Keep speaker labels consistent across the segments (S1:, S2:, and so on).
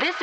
S1: This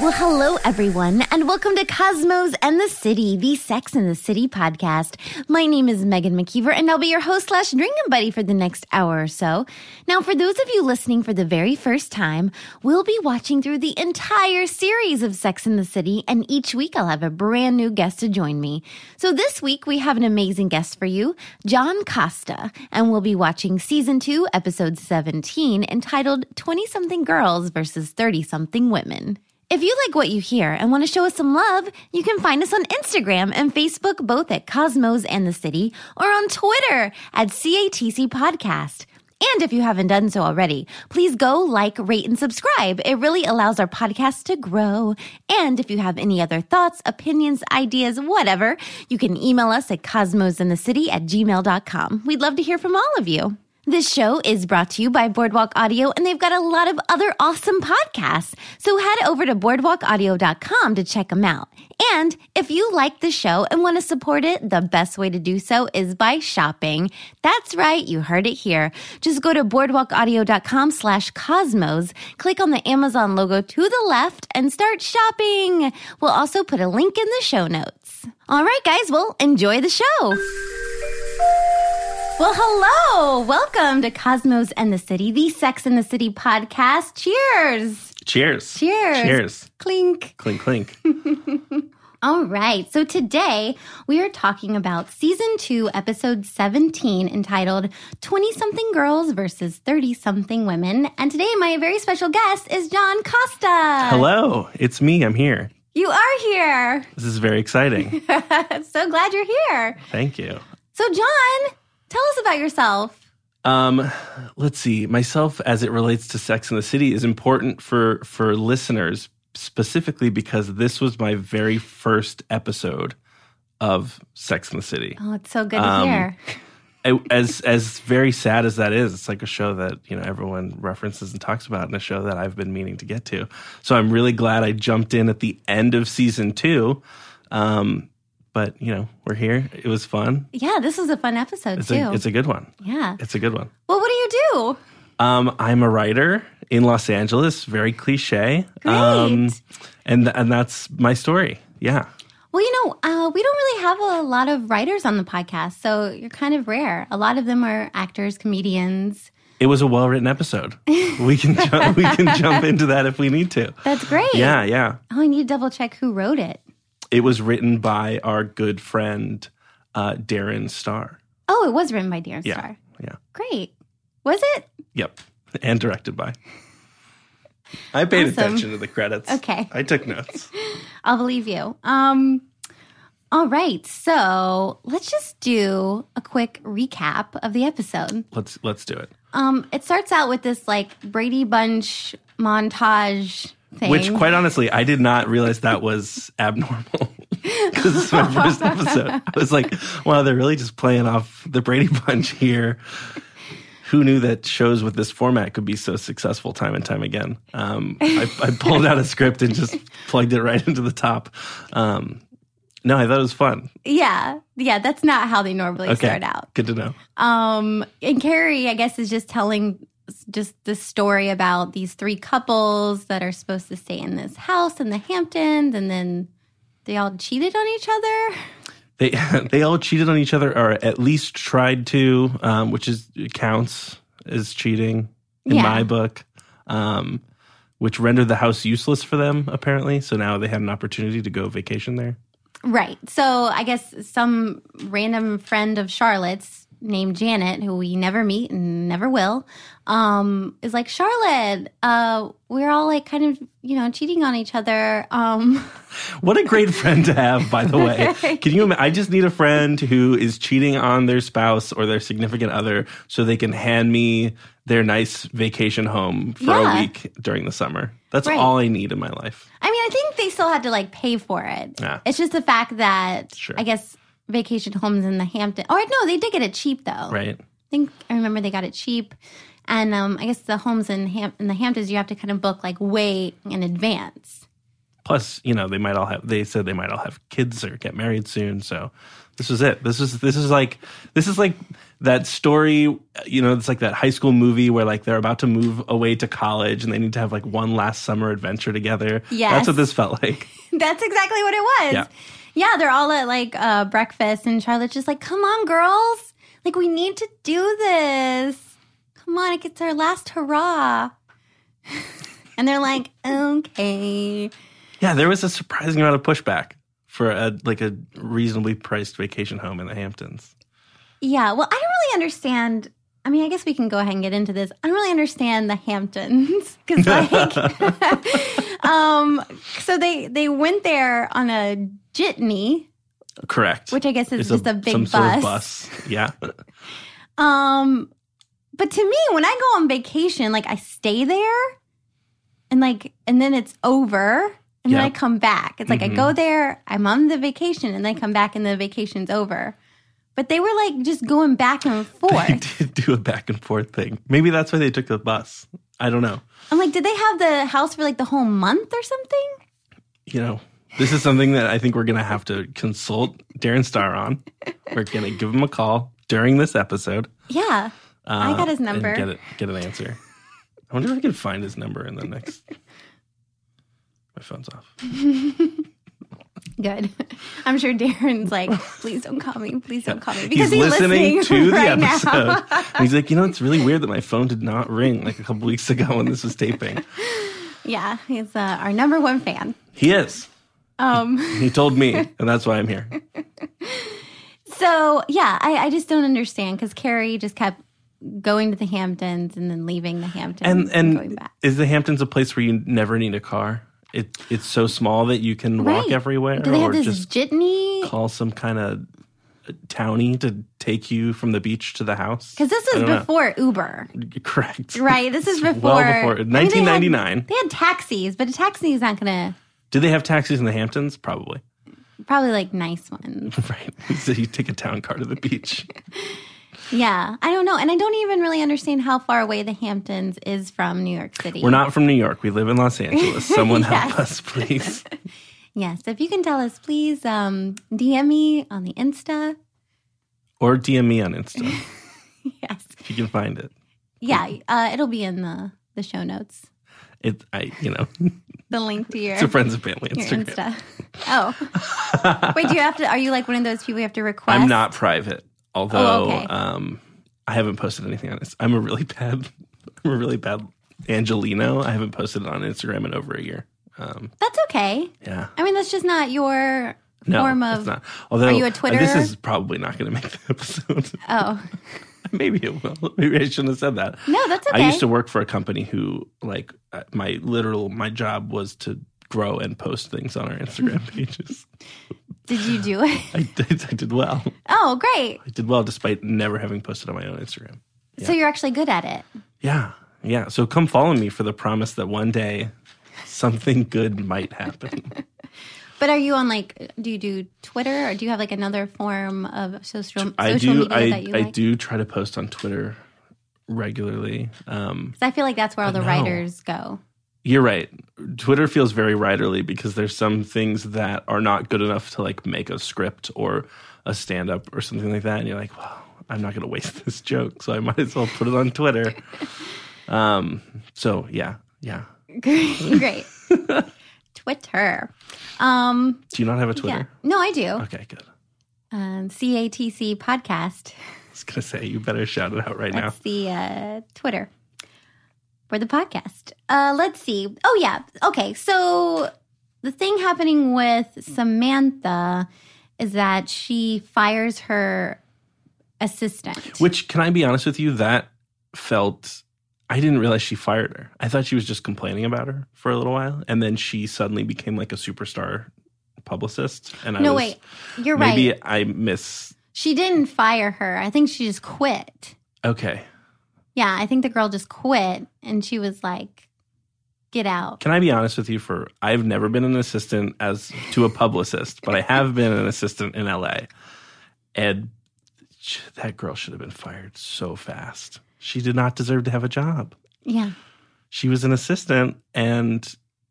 S2: Well, hello, everyone, and welcome to Cosmos and the City, the Sex and the City podcast. My name is Megan McKeever, and I'll be your host slash drinking buddy for the next hour or so. Now, for those of you listening for the very first time, we'll be watching through the entire series of Sex and the City, and each week I'll have a brand new guest to join me. So this week we have an amazing guest for you, John Costa, and we'll be watching season two, episode 17, entitled 20 something girls versus 30 something women. If you like what you hear and want to show us some love, you can find us on Instagram and Facebook both at Cosmos and the City or on Twitter at CATC Podcast. And if you haven't done so already, please go like, rate, and subscribe. It really allows our podcast to grow. And if you have any other thoughts, opinions, ideas, whatever, you can email us at cosmosinthecity at gmail.com. We'd love to hear from all of you. This show is brought to you by Boardwalk Audio, and they've got a lot of other awesome podcasts. So head over to boardwalkaudio.com to check them out. And if you like the show and want to support it, the best way to do so is by shopping. That's right, you heard it here. Just go to boardwalkaudio.com slash cosmos, click on the Amazon logo to the left, and start shopping. We'll also put a link in the show notes. All right, guys, well, enjoy the show. Well, hello. Welcome to Cosmos and the City, the Sex and the City podcast. Cheers.
S3: Cheers.
S2: Cheers.
S3: Cheers.
S2: Clink.
S3: Clink, clink.
S2: All right. So today we are talking about season two, episode 17, entitled 20 something girls versus 30 something women. And today my very special guest is John Costa.
S3: Hello, it's me. I'm here.
S2: You are here.
S3: This is very exciting.
S2: so glad you're here.
S3: Thank you.
S2: So, John, tell us about yourself.
S3: Um, let's see. Myself, as it relates to Sex in the City, is important for for listeners specifically because this was my very first episode of Sex in the City.
S2: Oh, it's so good to
S3: Um,
S2: hear.
S3: I- as as very sad as that is, it's like a show that you know everyone references and talks about, and a show that I've been meaning to get to. So I'm really glad I jumped in at the end of season two. Um, but you know, we're here. It was fun.
S2: Yeah, this was a fun episode
S3: It's
S2: too.
S3: a it's a good one.
S2: yeah.
S3: It's a good one.
S2: Well, what do you do?
S3: Um, I'm a writer in Los Angeles. Very cliche.
S2: Great.
S3: Um, and th- and that's my story. Yeah.
S2: Well, you know, uh, we don't really have a lot of writers on the podcast, so you're kind of rare. A lot of them are actors, comedians.
S3: It was a well written episode. We can ju- we can jump into that if we need to.
S2: That's great.
S3: Yeah, yeah.
S2: Oh, I need to double check who wrote it.
S3: It was written by our good friend uh, Darren Starr.
S2: Oh, it was written by Darren
S3: Yeah.
S2: Star.
S3: Yeah.
S2: Great. Was it?
S3: Yep. And directed by. I paid
S2: Awesome.
S3: attention to the credits.
S2: Okay.
S3: I took notes.
S2: I'll believe you. Um, all right. So let's just do a quick recap of the episode.
S3: Let's let's do it.
S2: Um, it starts out with this like Brady Bunch montage thing.
S3: Which quite honestly, I did not realice that was abnormal. Because it's my first episode. I was like, wow, they're really just playing off the Brady Bunch here. Who knew that shows with this format could be so successful time and time again? Um, I, I pulled out a script and just plugged it right into the top. Um, no, I thought it was fun.
S2: Yeah, yeah, that's not how they normally
S3: Okay.
S2: start out.
S3: Good to know.
S2: Um, and Carrie, I guess, is just telling s- just the story about these three couples that are supposed to stay in this house in the Hamptons, and then they all cheated on each other.
S3: They they all cheated on each other, or at least tried to, um, which is counts as cheating in
S2: Yeah.
S3: my book. Um, which rendered the house useless for them, apparently. So now they had an opportunity to go vacation there.
S2: Right. So I guess some random friend of Charlotte's named Janet, who we never meet and never will, um, is like, Charlotte, uh, we're all like kind of, you know, cheating on each other. Um,
S3: What a great friend to have, by the way. Can you? ima- I just need a friend who is cheating on their spouse or their significant other, so they can hand me their nice vacation home for
S2: Yeah.
S3: a week during the summer. That's
S2: Right.
S3: all I need in my life.
S2: I mean, I think they still had to like pay for it.
S3: Yeah.
S2: It's just the fact that
S3: Sure.
S2: I guess vacation homes in the Hampton. Or no, they did get it cheap though.
S3: Right?
S2: I think I remember they got it cheap. And um, I guess the homes in, Ham- in the Hamptons, you have to kind of book like way in advance.
S3: Plus, you know, they might all have. They said they might all have kids or get married soon. So this is it. This is this is like this is like that story. You know, it's like that high school movie where like they're about to move away to college and they need to have like one last summer adventure together.
S2: Yes.
S3: that's what this felt like.
S2: That's exactly what it was.
S3: Yeah.
S2: Yeah, they're all at like uh, breakfast, and Charlotte's just like, come on, girls. Like, we need to do this. Come on, it gets our last hurrah. and they're like, okay.
S3: Yeah, there was a surprising amount of pushback for a like a reasonably priced vacation home in the Hamptons.
S2: Yeah, well, I don't really understand. I mean, I guess we can go ahead and get into this. I don't really understand the Hamptons because, like, um, so they they went there on a jitney,
S3: Correct.
S2: which I guess is
S3: It's
S2: just a, big
S3: some
S2: bus.
S3: sort of bus. Yeah.
S2: Um, but to me, when I go on vacation, like I stay there, and like, and then it's over, and then
S3: Yeah.
S2: I come back. It's like I
S3: Mhm.
S2: go there, I'm on the vacation, and then I come back, and the vacation's over. But they were like just going back and
S3: they
S2: forth.
S3: did do a back and forth thing. Maybe that's why they took the bus. I don't know.
S2: I'm like, did they have the house for like the whole month or something?
S3: You know, this is something that I think we're gonna have to consult Darren Star on. We're gonna give him a call during this episode.
S2: Yeah.
S3: Uh,
S2: got his
S3: and
S2: number.
S3: Get it. Get an answer. I wonder if I can find his number in the next. My phone's off.
S2: Good. I'm sure Darren's like, please don't call me. Please don't call me.
S3: he's, listening, to the
S2: right now.
S3: episode. And he's like, you know, it's really weird that my phone did not ring like a couple weeks ago when this was taping.
S2: Yeah. He's uh, our number one fan.
S3: He is.
S2: Um,
S3: He told me, and that's why I'm here.
S2: So yeah, I, I just don't understand because Carrie just kept going to the Hamptons and then leaving the Hamptons
S3: And
S2: going
S3: and
S2: back.
S3: is the Hamptons a place where you never need a car? It it's so small that you can walk
S2: Right.
S3: everywhere,
S2: Do they have
S3: or
S2: this
S3: just
S2: jitney?
S3: call some kind of townie to take you from the beach to the house.
S2: Because this
S3: I
S2: is
S3: don't know.
S2: before Uber,
S3: correct,
S2: right? This is before,
S3: Well before
S2: I mean, they had-
S3: 1999.
S2: They, had taxis, but a taxi is not gonna
S3: Did they have taxis in the Hamptons? Probably.
S2: probably like nice ones.
S3: Right. So you take a town car to the beach.
S2: Yeah, I don't know, and I don't even really understand how far away the Hamptons is from New York City.
S3: We're not from New York. We live in Los Angeles. Someone
S2: Yes.
S3: help us, please.
S2: Yes, if you can tell us, please um, DM me on the Insta.
S3: Or DM me on Insta
S2: Yes,
S3: if you can find it.
S2: yeah, uh, it'll be in the the show notes.
S3: It, I, you know,
S2: the link to your,
S3: it's a friends and family
S2: your
S3: Instagram.
S2: Insta. Oh, wait. Do you have to? Are you like one of those people you have to request?
S3: I'm not private,
S2: Oh,
S3: although
S2: okay.
S3: um, I haven't posted anything on this. I'm a really bad, I'm a really bad Angelino. I haven't posted it on Instagram in over a year. Um,
S2: That's okay.
S3: yeah.
S2: I mean, that's just not your
S3: No,
S2: form
S3: it's
S2: of.
S3: not. Although,
S2: you a
S3: uh,
S2: Twitter?
S3: This is probably not going to make the episode.
S2: Oh
S3: Maybe it will. Maybe I shouldn't have said that.
S2: no, that's okay.
S3: I used to work for a company who, like, uh, my literal my job was to grow and post things on our Instagram pages.
S2: Did you do it?
S3: I did, I did well.
S2: Oh, great.
S3: I did well despite never having posted on my own Instagram.
S2: So you're actually good at it.
S3: Yeah, yeah. So come follow me for the promise that one day something good might happen.
S2: But are you on like? Do you do Twitter or do you have like another form of social social
S3: I do.
S2: media
S3: I
S2: that you
S3: I
S2: like?
S3: do try to post on Twitter regularly. Um,
S2: 'Cause I feel like that's where all the
S3: No.
S2: writers go.
S3: You're right. Twitter feels very writerly because there's some things that are not good enough to like make a script or a stand up or something like that. And you're like, well, I'm not going to waste this joke. So I might as well put it on Twitter. um, so yeah, yeah.
S2: great. Twitter. Um,
S3: Do you not have a
S2: yeah.
S3: Twitter?
S2: No, I do.
S3: Okay, good. I
S2: Um, CATC podcast.
S3: was going to say, you better shout it out right now.
S2: That's the uh, Twitter for the podcast. Uh, let's see. Oh, yeah. Okay. So the thing happening with Samantha is that she fires her assistant.
S3: Which, can I be honest with you, that felt. I didn't realize she fired her. I thought she was just complaining about her for a little while, and then she suddenly became like a superstar publicist. And I
S2: no,
S3: was,
S2: wait, you're
S3: maybe
S2: right.
S3: I miss.
S2: She didn't fire her. I think she just quit.
S3: Okay,
S2: Yeah, I think the girl just quit and she was like, get out.
S3: can I be honest with you? For I've never been an assistant as to a publicist, but I have been an assistant in LA, and sh- that girl should have been fired so fast. She did not deserve to have a job.
S2: Yeah.
S3: she was an assistant and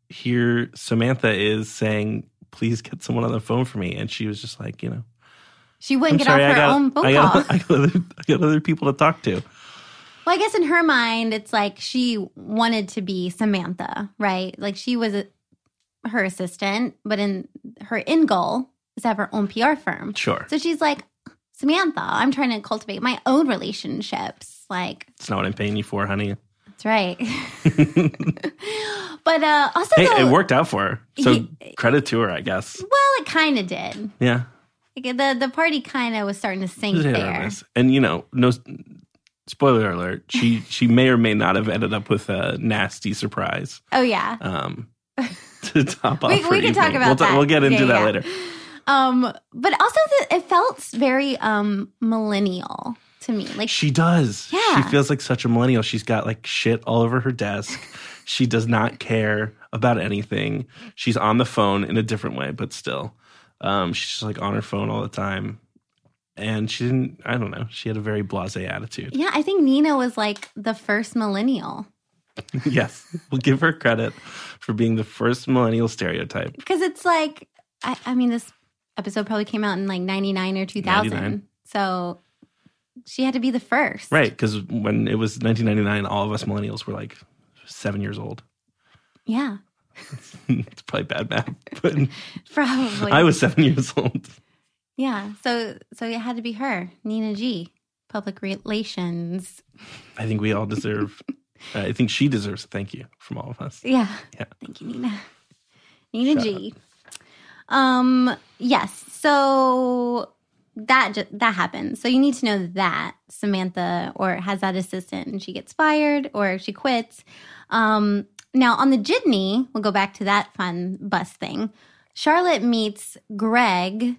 S3: here samantha is saying please get someone on the phone for me and she was just like you know
S2: She wouldn't get
S3: i'm sorry
S2: off
S3: I,
S2: her
S3: got,
S2: own phone
S3: I,
S2: call.
S3: got, I, got other, I got other people to talk to
S2: Well, I guess in her mind, it's like she wanted to be Samantha, right? Like she was a, her assistant, but in her end goal is to have her own PR firm.
S3: sure
S2: So she's like, Samantha, I'm trying to cultivate my own relationships. Like,
S3: it's not what i'm paying you for honey
S2: that's right.
S3: hey
S2: but uh, also, though-
S3: it worked out for her so
S2: He-
S3: credit to her i guess
S2: well, it kind of did.
S3: yeah
S2: Like, the the party kind of was starting to
S3: It
S2: sink
S3: was hit or
S2: there.
S3: miss. and you know no spoiler alert she she may or may not have ended up with a nasty surprise
S2: Oh yeah,
S3: um to top off
S2: we,
S3: her
S2: we can talk
S3: evening.
S2: about
S3: we'll,
S2: that.
S3: we'll get into
S2: Yeah,
S3: that
S2: yeah.
S3: later
S2: Um, but also the, it felt very um millennial to me. Like
S3: She does.
S2: Yeah.
S3: She feels like such a millennial. She's got like shit all over her desk. she does not care about anything. She's on the phone in a different way, but still. Um, she's just like on her phone all the time. And she didn't, I don't know, she had a very blase attitude.
S2: yeah, I think Nina was like the first millennial
S3: yes, we'll give her credit for being the first millennial stereotype.
S2: because it's like I, I mean this episode probably came out in like 99 or 2000.
S3: 99.
S2: So she had to be the first.
S3: Right. Because when it was 1999, all of us millennials were like seven years old.
S2: Yeah.
S3: it's probably bad math, but
S2: Probably.
S3: I was seven years old.
S2: yeah. So so it had to be her, Nina G, public relations.
S3: I think we all deserve. uh, I think she deserves a thank you from all of us.
S2: Yeah.
S3: Yeah.
S2: Thank you, Nina. Nina
S3: Shut
S2: G. Um. Yes. So that ju- that happens. So you need to know that Samantha or has that assistant, and she gets fired or she quits. Um. Now on the jitney, we'll go back to that fun bus thing. Charlotte meets Greg,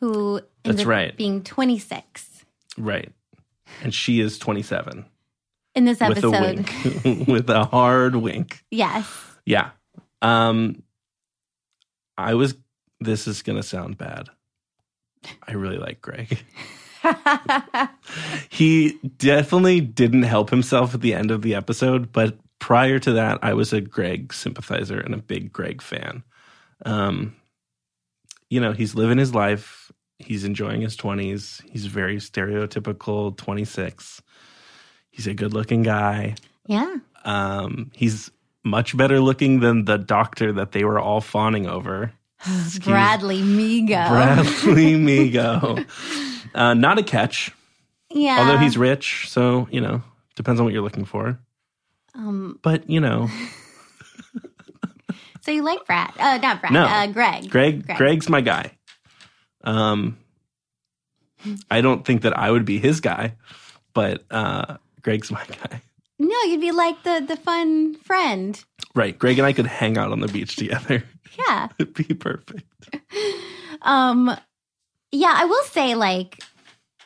S2: who ends
S3: That's
S2: up
S3: right.
S2: being 26
S3: Right. And she is 27
S2: in this
S3: with a
S2: episode.
S3: wink, with a hard wink.
S2: Yes.
S3: Yeah. Um, I was. This is gonna sound bad. I really like Greg. He definitely didn't help himself at the end of the episode, but prior to that, I was a Greg sympathizer and a big Greg fan. Um, you know, he's living his life. He's enjoying his 20s. He's very stereotypical 26. He's a good looking guy.
S2: yeah.
S3: Um, he's much better looking than the doctor that they were all fawning over.
S2: Bradley Migo.
S3: Bradley Migo. Uh, not a catch.
S2: yeah.
S3: Although he's rich, so you know, depends on what you're looking for.
S2: Um,
S3: But you know,
S2: so you like Brad? Uh, not Brad.
S3: No.
S2: Uh, Greg.
S3: Greg,
S2: Greg.
S3: Greg's my guy. Um, I don't think that I would be his guy, but uh, Greg's my guy.
S2: No, you'd be like the the fun friend.
S3: Right, Greg and I could hang out on the beach together.
S2: Yeah.
S3: It'd be perfect.
S2: Um, yeah. I will say, like,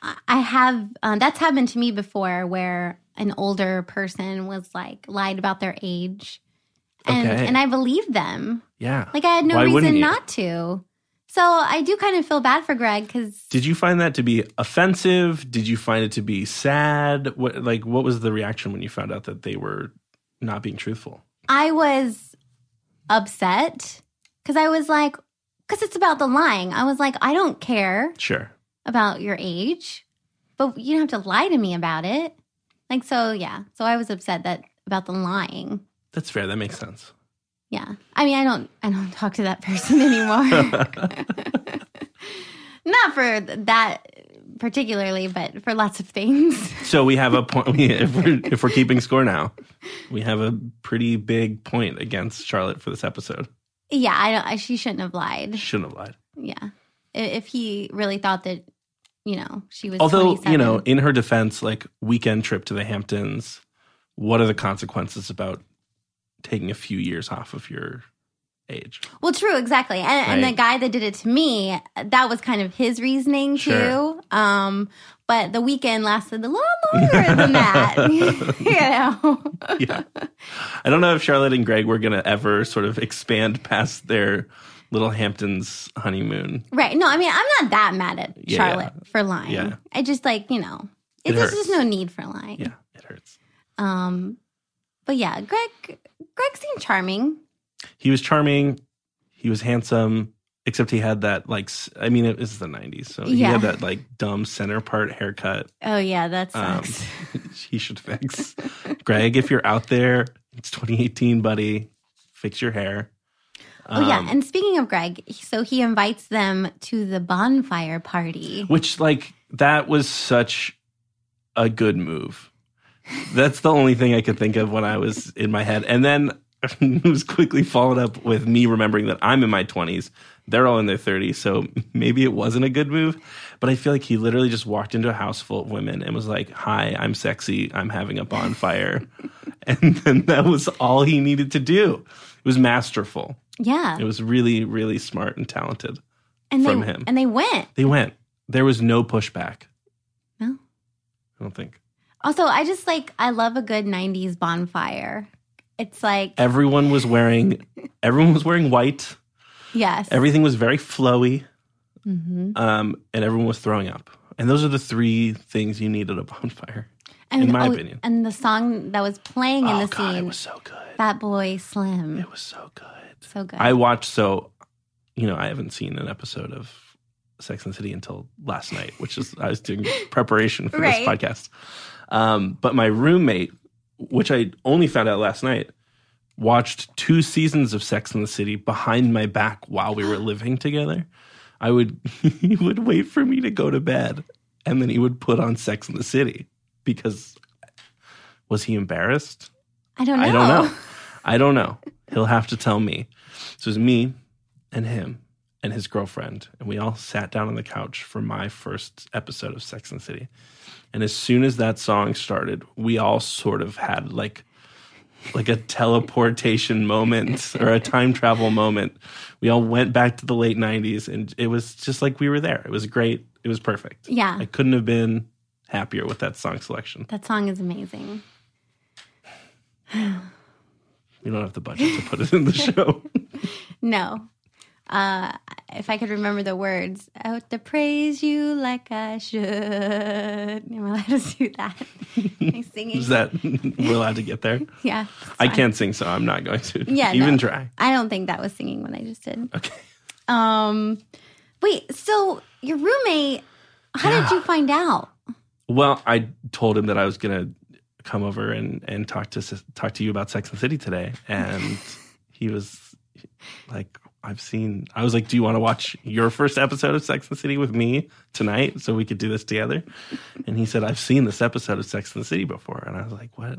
S2: I- I have um, that's happened to me before, where an older person was like lied about their age, and
S3: Okay.
S2: and I believed them.
S3: Yeah.
S2: Like I had no
S3: Why wouldn't
S2: reason
S3: you?
S2: not to. So I do kind of feel bad for Greg because
S3: Did you find that to be offensive? Did you find it to be sad? What like what was the reaction when you found out that they were not being truthful?
S2: I was upset because I was like, because it's about the lying. I was like, I don't care
S3: Sure.
S2: about your age, but you don't have to lie to me about it. Like, so yeah. So I was upset that about the lying.
S3: That's fair. That makes sense.
S2: Yeah. I mean, I don't, I don't talk to that person anymore. Not for th- that particularly, but for lots of things.
S3: So we have a point. If we're, if we're keeping score now, we have a pretty big point against Charlotte for this episode.
S2: yeah. I don't, I, she shouldn't have lied.
S3: Shouldn't have lied.
S2: Yeah. I- If he really thought that you know, she was.
S3: Although, you know,
S2: 27.
S3: in her defense, like weekend trip to the Hamptons, what are the consequences about taking a few years off of your age?
S2: well, true, exactly. And, and the
S3: Right.
S2: guy that did it to me, that was kind of his reasoning
S3: Sure.
S2: too. Um, but the weekend lasted a lot longer than that. you know,
S3: Yeah. I don't know if Charlotte and Greg were going to ever sort of expand past their little Hamptons honeymoon.
S2: right? No, I mean, I'm not that mad at
S3: Yeah,
S2: Charlotte for lying.
S3: Yeah.
S2: I just like you know,
S3: It
S2: there's
S3: hurts.
S2: just no need for lying.
S3: Yeah, it hurts.
S2: Um, but yeah, Greg, Greg seemed charming.
S3: He was charming. He was handsome, except he had that, like, s- I mean, it was the 90s. So he
S2: Yeah.
S3: had that, like, dumb center part haircut.
S2: Oh yeah, that
S3: Um,
S2: sucks.
S3: he should fix. Greg, if you're out there, it's 2018, buddy. Fix your hair.
S2: oh yeah,
S3: Um,
S2: and speaking of Greg, so he invites them to the bonfire party.
S3: which, like, that was such a good move. That's the only thing I could think of when I was in my head. And then it was quickly followed up with me remembering that I'm in my 20s. They're all in their 30s. So maybe it wasn't a good move. But I feel like he literally just walked into a house full of women and was like, Hi, I'm sexy. I'm having a bonfire. and then that was all he needed to do. It was masterful.
S2: Yeah,
S3: It was really, really smart and talented.
S2: and
S3: from
S2: they
S3: him.
S2: and they went.
S3: They went. There was no pushback.
S2: No.
S3: I don't think.
S2: Also, I just like I love a good '90s bonfire. It's like
S3: Everyone was wearing everyone was wearing white.
S2: yes,
S3: Everything was very flowy.
S2: Mhm.
S3: Um, and everyone was throwing up. And those are the three things you need at a bonfire.
S2: and, oh,
S3: my opinion.
S2: and the song that was playing in the
S3: oh god, it
S2: scene,
S3: was so good.
S2: Fat Boy Slim,
S3: It was so good.
S2: so good.
S3: I watched so you know, I haven't seen an episode of Sex and the City until last night, which is I was doing preparation for
S2: Right.
S3: this podcast. Um, but my roommate, which I only found out last night, watched two seasons of Sex and the City behind my back while we were living together. I would he would wait for me to go to bed and then he would put on Sex and the City because was he embarrassed?
S2: I don't know.
S3: I don't know. I don't know. He'll have to tell me. So it was me and him and his girlfriend, and we all sat down on the couch for my first episode of Sex and the City. And as soon as that song started, we all sort of had like like a teleportation moment or a time travel moment. We all went back to the late 90s and it was just like we were there. It was great. It was perfect.
S2: Yeah.
S3: I couldn't have been happier with that song selection.
S2: That song is amazing.
S3: We don't have the budget to put it in the show.
S2: No. Uh, if I could remember the words, out to praise you like I should. Am I allowed to do that? Am I singing?
S3: Is that we're allowed to get there?
S2: yeah.
S3: I can't sing, so I'm not going to
S2: Yeah,
S3: even
S2: no.
S3: try.
S2: I don't think that was singing when I just did.
S3: Okay.
S2: Um, wait. So your roommate, how did you find out?
S3: Well, I told him that I was gonna come over and and talk to sis- talk to you about Sex and the City today, and he was like, "I've seen." I was like, "Do you want to watch your first episode of Sex and the City with me tonight, so we could do this together?" And he said, "I've seen this episode of Sex and the City before," and I was like, "What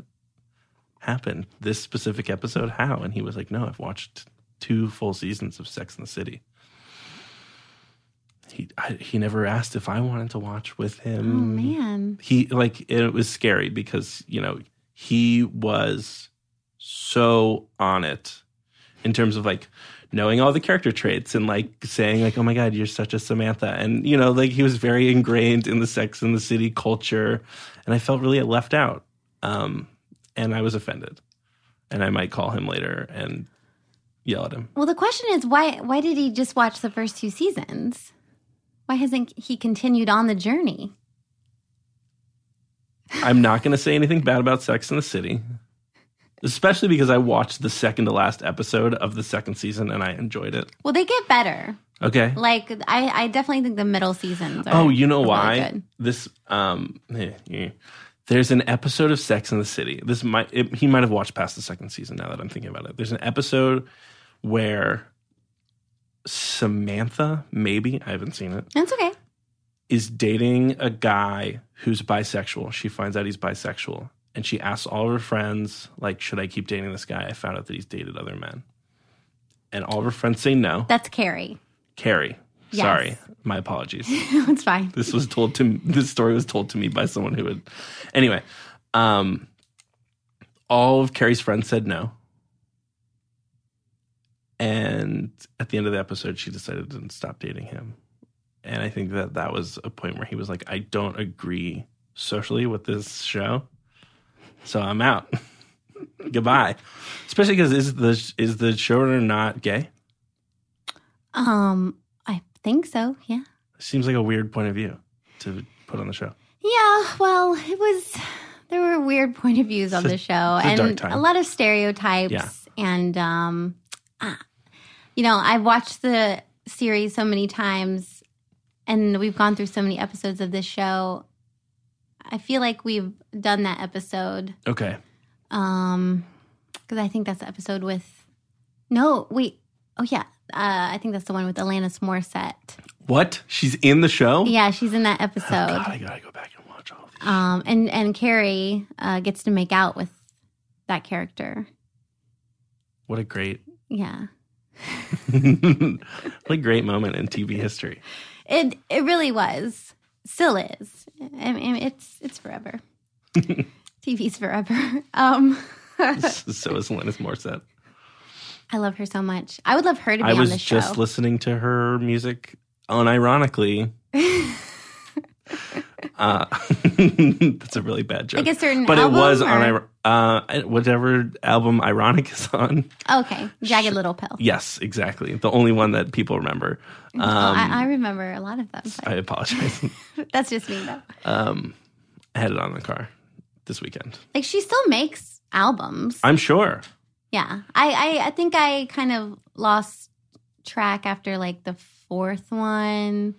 S3: happened? This specific episode? How?" And he was like, "No, I've watched two full seasons of Sex and the City." He I, he never asked if I wanted to watch with
S2: Oh
S3: him
S2: man.
S3: he like it was scary because you know he was so on it in terms of like knowing all the character traits and like saying like oh my god you're such a samantha and you know like he was very ingrained in the sex and the city culture and i felt really left out um and i was offended and i might call him later and yell at him
S2: Well, the question is why? Why did he just watch the first two seasons? Why hasn't he continued on the journey?
S3: I'm not going to say anything bad about Sex in the City, especially because I watched the second to last episode of the second season and I enjoyed it.
S2: Well, they get better.
S3: Okay.
S2: Like I, I definitely think the middle seasons. Are
S3: Oh, you know
S2: really
S3: why
S2: good.
S3: this? Um, eh, eh. there's an episode of Sex in the City. This might it, he might have watched past the second season. Now that I'm thinking about it, there's an episode where Samantha, maybe I haven't seen it,
S2: That's okay.
S3: is dating a guy who's bisexual. She finds out he's bisexual and she asks all of her friends, like, should I keep dating this guy? I found out that he's dated other men. And all of her friends say no.
S2: That's Carrie.
S3: Carrie.
S2: Yes.
S3: Sorry, my apologies.
S2: it's fine.
S3: this was told to this story was told to me by someone who would. Anyway, um, all of Carrie's friends said no, and at the end of the episode, she decided to stop dating him. And I think that that was a point where he was like, "I don't agree socially with this show, so I'm out." Goodbye. Especially because is the is the showrunner not gay?
S2: Um, I think so. Yeah.
S3: Seems like a weird point of view to put on the show.
S2: Yeah, well, it was there were weird point of views on
S3: It's a-
S2: the show
S3: it's a
S2: and
S3: dark time.
S2: a lot of stereotypes
S3: Yeah.
S2: and um ah, you know, I've watched the series so many times and we've gone through so many episodes of this show. I feel like we've done that episode
S3: Okay.
S2: um cuz I think that's the episode with No, wait. Oh yeah. Uh, I think that's the one with Alanis Morissette.
S3: What? She's in the show?
S2: Yeah, she's in that
S3: Oh,
S2: episode.
S3: God, I gotta go back and watch all of these.
S2: Um, and and Carrie uh, gets to make out with that character.
S3: what a great,
S2: Yeah,
S3: what a great moment in TV history.
S2: it it really was, still is. I mean, it's it's forever. TV's forever. Um,
S3: so is Alanis Morissette.
S2: I love her so much. I would love her to be
S3: I
S2: on the
S3: was
S2: show.
S3: just listening to her music, unironically. uh, that's a really bad joke.
S2: like a certain,
S3: but it
S2: album
S3: was
S2: or-
S3: on uh, whatever album Ironic is on.
S2: okay, Jagged Little Pill.
S3: Yes, exactly. The only one that people remember. Um,
S2: Oh, I, I remember a lot of them. but
S3: I apologize.
S2: that's just me though.
S3: um, I had it on the car this weekend.
S2: Like she still makes albums.
S3: I'm sure.
S2: Yeah. I, I I think I kind of lost track after like the fourth one.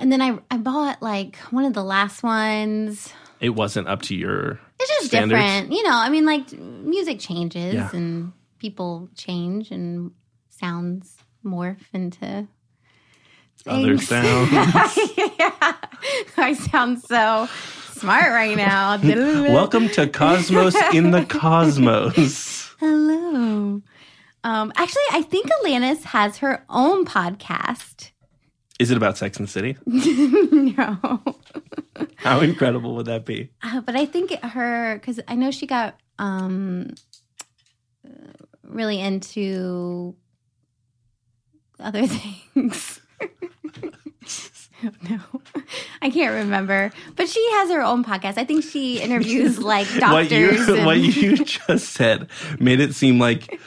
S2: And then I I bought like one of the last ones.
S3: It wasn't up to your.
S2: It's just
S3: Standards.
S2: different. You know, I mean like music changes
S3: Yeah.
S2: and people change and sounds morph into
S3: Other
S2: things.
S3: sounds.
S2: yeah. I sound so smart right now.
S3: Welcome to Cosmos in the Cosmos.
S2: Hello. Um, actually, I think Alanis has her own podcast.
S3: Is it about Sex and the City?
S2: no,
S3: How incredible would that be?
S2: Uh, but I think it- her because I know she got um, uh, really into other things. no, I can't remember. But she has her own podcast. I think she interviews like
S3: What you
S2: doctors. and-
S3: what you just said made it seem like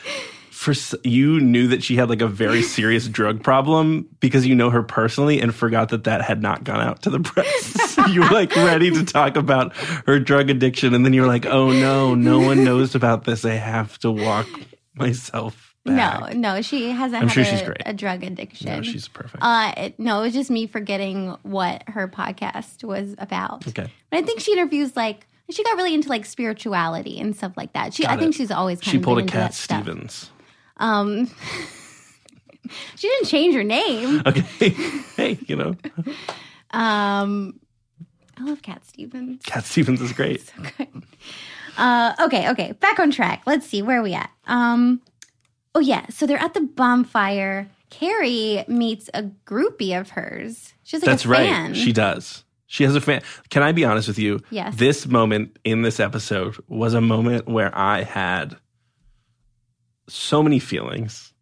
S3: for s- you knew that she had like a very serious drug problem because you know her personally and forgot that that had not gone out to the press. you were like ready to talk about her drug addiction and then you were like, "Oh no, no one knows about this. I have to walk myself back."
S2: no, no, she hasn't.
S3: I'm
S2: had
S3: sure
S2: a,
S3: she's great.
S2: a drug addiction.
S3: No, she's perfect.
S2: Uh, it, no, it was just me forgetting what her podcast was about.
S3: okay.
S2: But I think she interviews like she got really into like spirituality and stuff like that. She, I
S3: Got
S2: think
S3: it.
S2: she's always kind
S3: She
S2: of
S3: pulled
S2: been
S3: a
S2: into
S3: Cat
S2: that stuff.
S3: Stevens.
S2: Um, she didn't change her name.
S3: Okay. hey, you know,
S2: Um, I love Cat Stevens.
S3: Cat Stevens is great.
S2: Okay. Uh, okay, okay. Back on track. Let's see where are we at. Um, oh yeah. So they're at the bonfire. Carrie meets a groupie of hers. She's like
S3: That's
S2: a
S3: right.
S2: fan.
S3: She does. She has a fan. Can I be honest with you?
S2: Yes.
S3: This moment in this episode was a moment where I had so many feelings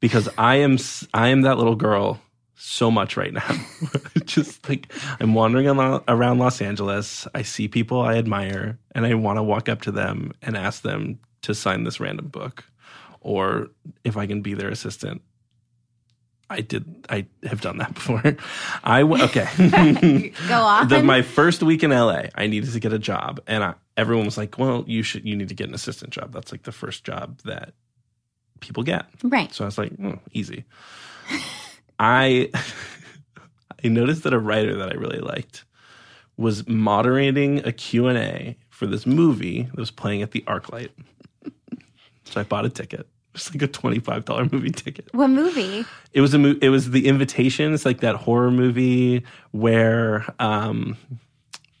S3: because I am s- I am that little girl so much right now. Just like I'm wandering al- around Los Angeles, I see people I admire and I want to walk up to them and ask them to sign this random book or if I can be their assistant. I did I have done that before. I w- okay.
S2: Go on.
S3: the, my first week in LA, I needed to get a job, and I, everyone was like, "Well, you should, you need to get an assistant job. That's like the first job that people get."
S2: right.
S3: So I was like, "Hmm, "Easy." I I noticed that a writer that I really liked was moderating a Q and A for this movie that was playing at the ArcLight. so I bought a ticket. It was like a twenty five dollar movie ticket.
S2: What movie?
S3: It was a mo- it was the invitation. It's like that horror movie where um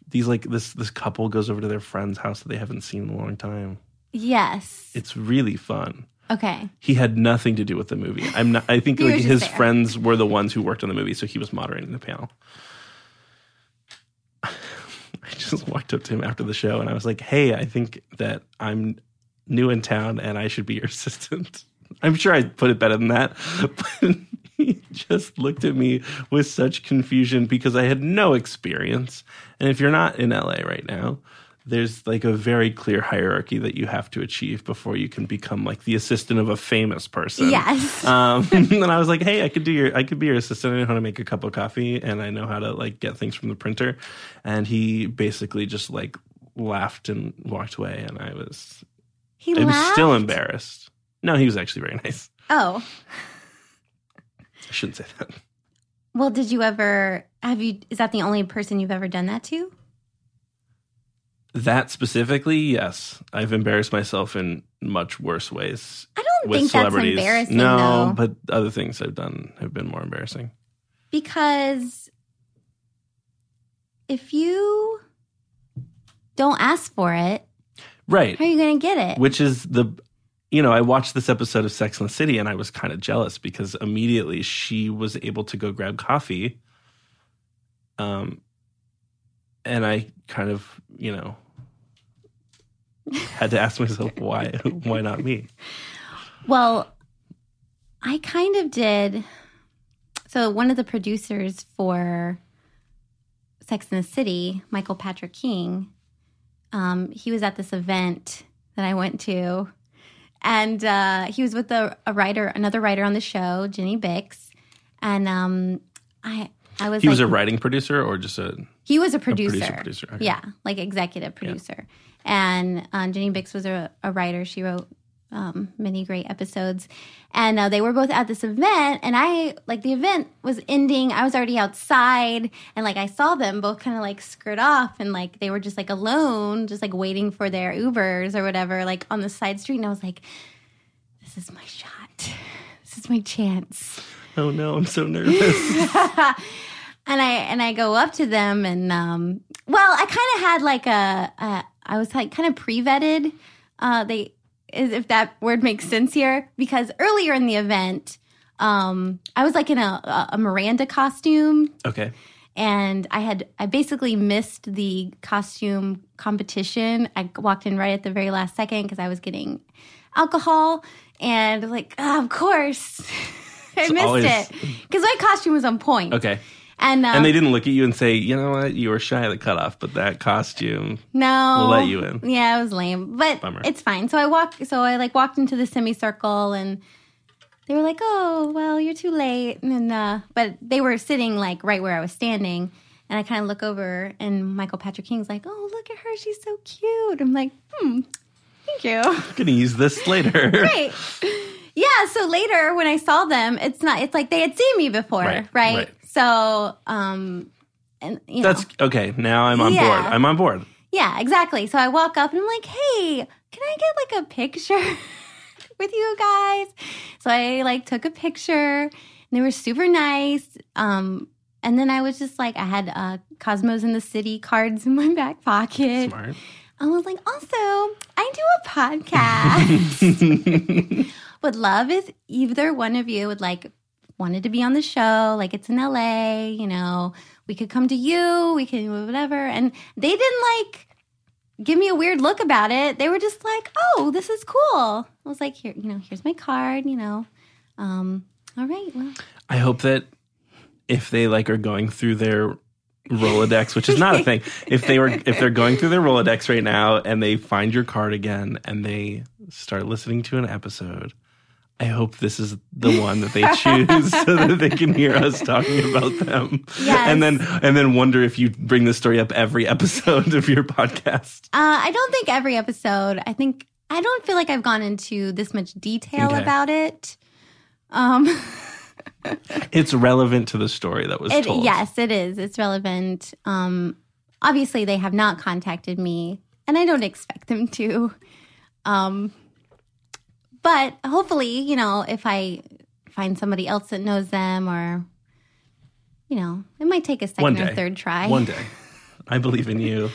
S3: these like this this couple goes over to their friend's house that they haven't seen in a long time.
S2: Yes.
S3: It's really fun.
S2: Okay.
S3: He had nothing to do with the movie. I'm not. I think
S2: He was
S3: like,
S2: just
S3: his
S2: there.
S3: friends were the ones who worked on the movie, so he was moderating the panel. I just walked up to him after the show and I was like, "Hey, I think that I'm new in town and I should be your assistant." I'm sure I put it better than that, but he just looked at me with such confusion because I had no experience. And if you're not in LA right now, there's like a very clear hierarchy that you have to achieve before you can become like the assistant of a famous person.
S2: Yes.
S3: Um, and I was like, "Hey, I could do your, I could be your assistant. I know how to make a cup of coffee, and I know how to like get things from the printer." And he basically just like laughed and walked away, and I was,
S2: He
S3: I was
S2: laughed.
S3: still embarrassed. No, he was actually very nice.
S2: Oh.
S3: I shouldn't say that.
S2: Well, did you ever have you is that the only person you've ever done that to?
S3: That specifically, yes, I've embarrassed myself in much worse ways
S2: I don't
S3: with
S2: think that's
S3: celebrities.
S2: embarrassing
S3: no,
S2: though.
S3: but other things I've done have been more embarrassing.
S2: because if you don't ask for it,
S3: Right.
S2: how are you going to get it?
S3: which is the you know i watched this episode of sex and the city and i was kind of jealous because immediately she was able to go grab coffee um and i kind of you know had to ask myself why why not me
S2: Well, I kind of did. So, one of the producers for Sex in the City, Michael Patrick King, um, he was at this event that I went to, and uh, he was with a, a writer, another writer on the show, Jenny Bix, and um, I, I was
S3: he
S2: like,
S3: was a writing producer or just a
S2: he was a
S3: producer,
S2: producer,
S3: producer, okay.
S2: yeah, like executive producer. And um, Jenny Bix was a, a writer. She wrote um, many great episodes, and uh, they were both at this event. And I like the event was ending. I was already outside, and like I saw them both kind of like skirt off, and like they were just like alone, just like waiting for their Ubers or whatever, like on the side street. And I was like, "This is my shot. This is my chance."
S3: oh no i'm so nervous
S2: and I and I go up to them and um well I kind of had like a, a I was like kind of pre-vetted uh they is if that word makes sense here because earlier in the event um I was like in a, a Miranda costume
S3: okay
S2: and I had I basically missed the costume competition. I walked in right at the very last second because I was getting alcohol, and I was like, "Ah, of course, I missed
S3: always-
S2: it because my costume was on point.
S3: okay
S2: and, um,
S3: and they didn't look at you and say you know what you were shy of the cutoff but that costume
S2: No,
S3: We'll let you in.
S2: Yeah, it was lame, but
S3: Bummer.
S2: it's fine. So I walk. So I like walked into the semicircle, and they were like, "Oh, well, you're too late." And then, uh, but they were sitting like right where I was standing, and I kind of look over, and Michael Patrick King's like, "Oh, look at her, she's so cute." I'm like, "Hmm, thank you."
S3: i'm gonna use this later
S2: right. Yeah. So later, when I saw them, it's not. It's like they had seen me before,
S3: Right,
S2: right?
S3: right.
S2: So, um, and you know.
S3: that's okay now i'm on
S2: Yeah.
S3: board i'm on board
S2: Yeah, exactly. So I walk up and I'm like, hey, can I get like a picture with you guys? So I like took a picture and they were super nice. Um, and then I was just like, I had uh, Cosmos in the City cards in my back pocket.
S3: smart
S2: I was like, also, I do a podcast. would love if either one of you would like wanted to be on the show. Like it's in LA, you know, we could come to you, we can whatever. And they didn't like give me a weird look about it. They were just like, oh, this is cool. I was like, here, you know, here's my card, you know. Um, all right, well,
S3: I hope that if they like are going through their Rolodex, which is not a thing, if they were if they're going through their Rolodex right now and they find your card again and they start listening to an episode, I hope this is the one that they choose so that they can hear us talking about them.
S2: Yes.
S3: And then and then wonder if you bring this story up every episode of your podcast.
S2: Uh, I don't think every episode. I think I don't feel like I've gone into this much detail
S3: Okay.
S2: about it. Um,
S3: It's relevant to the story that was
S2: it,
S3: told.
S2: yes, it is. It's relevant. Um, obviously, they have not contacted me, and I don't expect them to. Um, but hopefully, you know, if I find somebody else that knows them, or you know, it might take a
S3: One
S2: second or
S3: day.
S2: third try.
S3: One day. I believe in you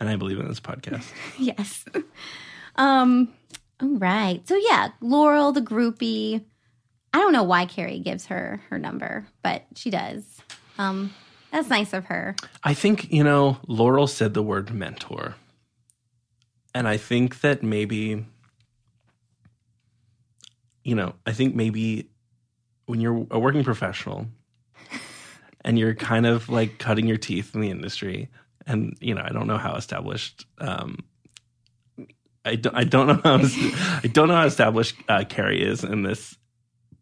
S3: and I believe in this podcast.
S2: yes. Um, All right. So yeah, Laurel, the groupie. I don't know why Carrie gives her her number, but she does. Um, that's nice of her.
S3: I think, you know, Laurel said the word mentor. And I think that maybe, you know, I think maybe when you're a working professional and you're kind of like cutting your teeth in the industry, and, you know, I don't know how established, um, I don't, I don't know how I don't know how established uh, Carrie is in this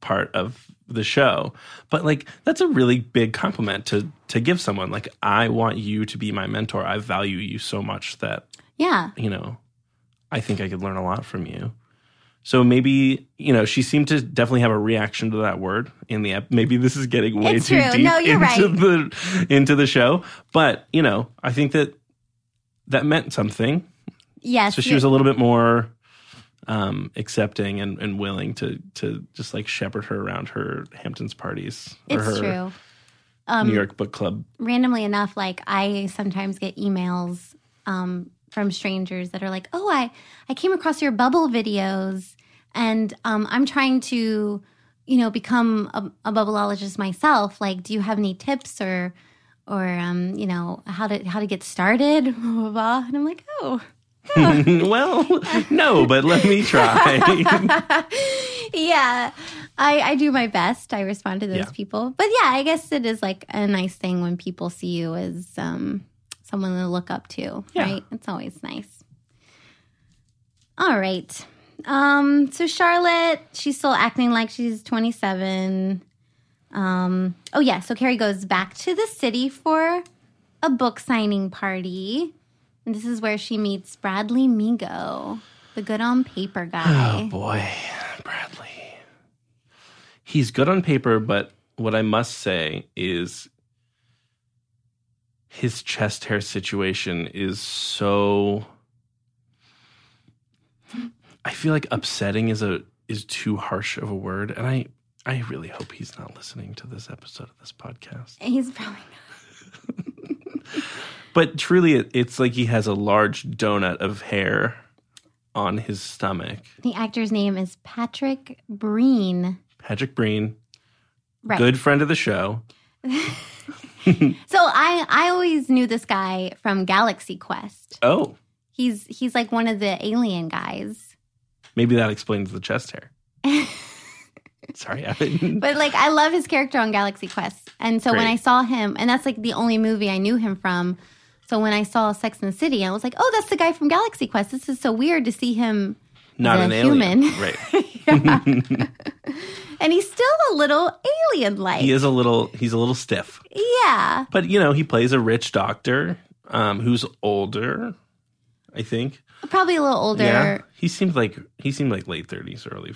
S3: part of the show but like that's a really big compliment to to give someone like i want you to be my mentor i value you so much that
S2: Yeah.
S3: you know i think i could learn a lot from you so maybe you know she seemed to definitely have a reaction to that word in the app maybe this is getting way
S2: It's
S3: too
S2: true.
S3: deep
S2: No, you're
S3: into
S2: right.
S3: the into the show but you know i think that that meant something
S2: Yes.
S3: so she was a little bit more um, accepting and, and willing to to just like shepherd her around her Hamptons parties or
S2: it's
S3: her
S2: true. Um,
S3: New York book club.
S2: randomly enough, like I sometimes get emails um, from strangers that are like, "Oh, I I came across your bubble videos, and um, I'm trying to, you know, become a, a bubbleologist myself. Like, do you have any tips or?" Or um, you know how to how to get started, blah, blah, blah. and I'm like, oh,
S3: well, no, but let me try.
S2: yeah, I, I do my best. I respond to those
S3: Yeah.
S2: people. But yeah, I guess it is like a nice thing when people see you as um, someone to look up to,
S3: Yeah.
S2: right? It's always nice. All right. Um, so Charlotte, she's still acting like she's 27. Um, oh, yeah. So Carrie goes back to the city for a book signing party. And this is where she meets Bradley Migo, the good on paper guy.
S3: oh boy, Bradley. He's good on paper, but what I must say is his chest hair situation is so I feel like upsetting is a is too harsh of a word and I I really hope he's not listening to this episode of this podcast.
S2: He's probably not.
S3: But truly it, it's like he has a large donut of hair on his stomach.
S2: The actor's name is Patrick Breen.
S3: Patrick Breen,
S2: Right.
S3: good friend of the show.
S2: So I I always knew this guy from Galaxy Quest.
S3: Oh,
S2: He's he's like one of the alien guys.
S3: Maybe that explains the chest hair. Sorry, I didn't.
S2: But like I love his character on Galaxy Quest. And so when
S3: Great.
S2: I saw him, and that's like the only movie I knew him from. So when I saw Sex and the City, I was like, "Oh, that's the guy from Galaxy Quest. This is so weird to see him."
S3: Not
S2: the
S3: an alien.
S2: human.
S3: Right.
S2: And he's still a little alien like.
S3: He is a little he's a little stiff.
S2: Yeah.
S3: But you know, he plays a rich doctor um who's older, I think.
S2: Probably a little older.
S3: Yeah. He seemed like he seemed like late 30s, early